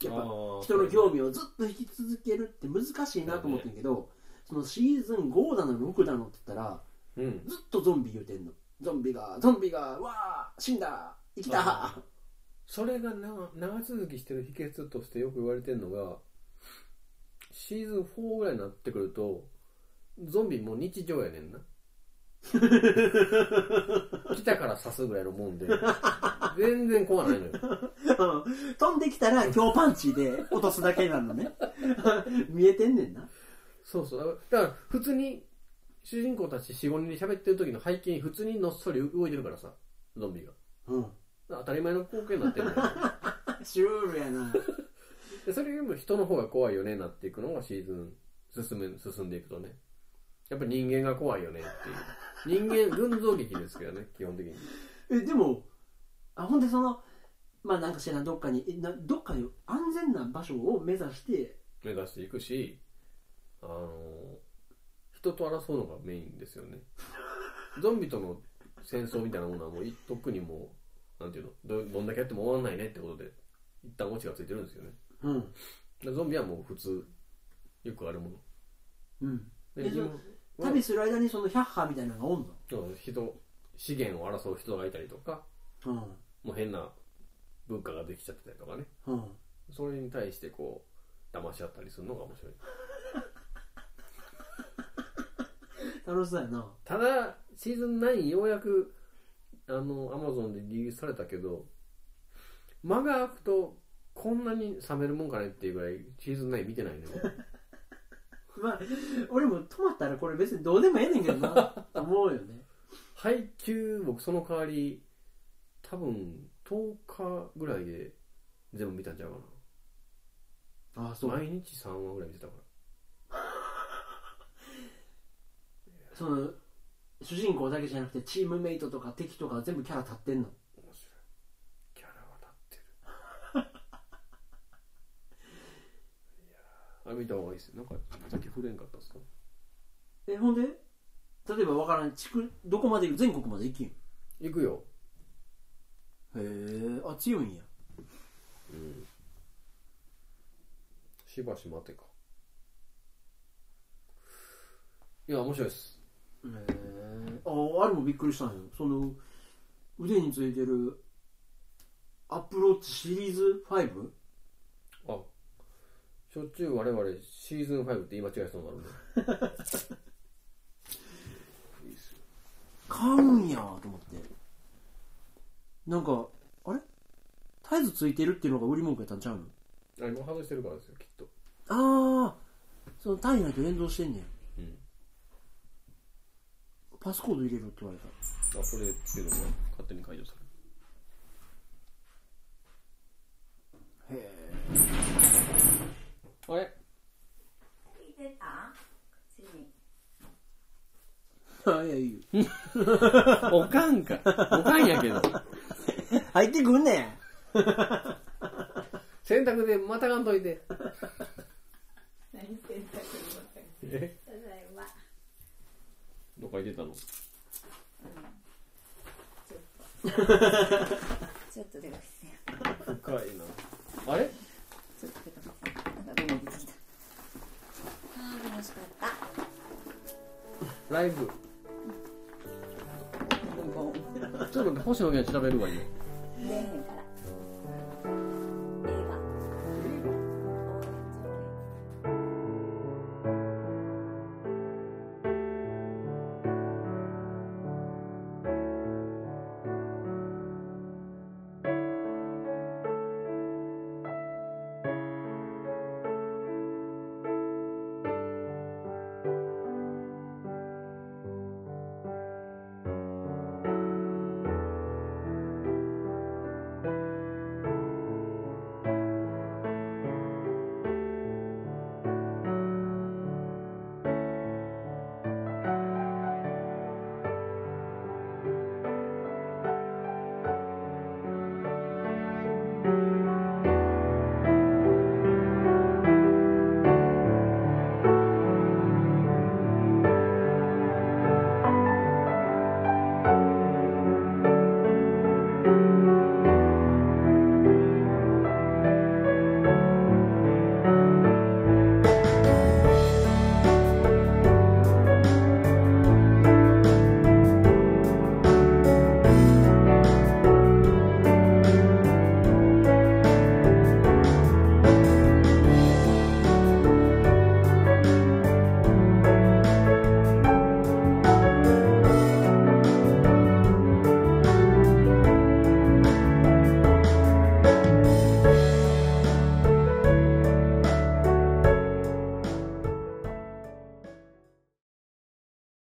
S2: やっぱ人の興味をずっと引き続けるって難しいなと思ってんけどそのシーズン5だの6だのって言ったら
S1: うん
S2: ずっとゾンビ言うてんのゾンビがゾンビがうわー死んだ生きた
S1: あそれが長長続きしてる秘訣としてよく言われてるのがシーズン4ぐらいになってくるとゾンビもう日常やね んな来たから刺すぐらいのもんで全然怖ないのよ
S2: うん飛んできたら強パンチで落とすだけなのね 見えてんねんな
S1: そうそうだから普通に主人公たち45人で喋ってる時の背景に普通にのっそり動いてるからさゾンビが
S2: うん
S1: 当たり前の光景になってるのよ
S2: シュールやな
S1: でそれよりも人の方が怖いよねなっていくのがシーズン進め進んでいくとねやっぱ人間が怖いよねっていう人間群像劇ですけどね基本的に
S2: えでもあほんでそのまあなんか知らんどっかにえなどっかに安全な場所を目指して
S1: 目指していくしあの人と争うのがメインですよねゾンビとの戦争みたいなものはもういとっくにもうなんていうのどどんだけやっても終わんないねってことで一旦オチがついてるんですよね
S2: うん
S1: でゾンビはもう普通よくあるもの
S2: うん
S1: で
S2: えじゃあ
S1: 自分は
S2: 旅する間にその百ハみたいなのがおんの
S1: そう人資源を争う人がいたりとかもう変な文化ができちゃってたりとかね
S2: うんうん
S1: それに対してこう騙し合ったりするのが面白い
S2: 楽しそうやな
S1: ただシーズン9ようやくあのアマゾンでリリースされたけど間が空くとこんなに冷めるもんかねっていうぐらいシーズン9見てないね
S2: まあ俺も止まったらこれ別にどうでもええねんけど なと思うよね
S1: 配給僕その代わり多分10日ぐらいで全部見たんちゃうか
S2: ああ
S1: な毎日3話ぐらい見てたから
S2: その主人公だけじゃなくてチームメイトとか敵とか全部キャラ立ってんの
S1: 面白いキャラが立ってるいやーあ見た方がいいですよなんかさっき触れんかったですか
S2: えほんで例えばわからん地区どこまで行く全国まで行きんへ
S1: 行くよ
S2: えあ強いんや
S1: うんしばし待てかいや面白いです
S2: へえああれもびっくりしたんよその腕についてるアップローチシリーズ 5?
S1: あしょっちゅう我々シーズン5って言い間違えそうになるね
S2: 買うんやと思ってなんかあれ絶えずついてるっていうのが売り文句やったんちゃうの
S1: あ今外してるからですよきっと
S2: ああその単位のと連動してんねん
S1: うん
S2: パスコード入れろって言われた
S1: あそれっていうのが勝手に解除される
S2: へ
S1: あれ
S4: 聞いてた口に
S2: え。いや、いいよ。
S3: おかんか。おかんやけど。
S2: 入ってくんねん。
S1: 洗濯でまたがんといて
S4: 何洗濯にまた
S1: え
S4: ただいま
S1: どっか行ってたの
S4: ちょっとちょっと出かけてや
S1: 深いなあれ
S4: ちょっと出かけてなんか便利出てきたあー楽しかった
S1: ライブ
S4: ボンボン
S3: ちょっと待って、星野源調べるわ、今。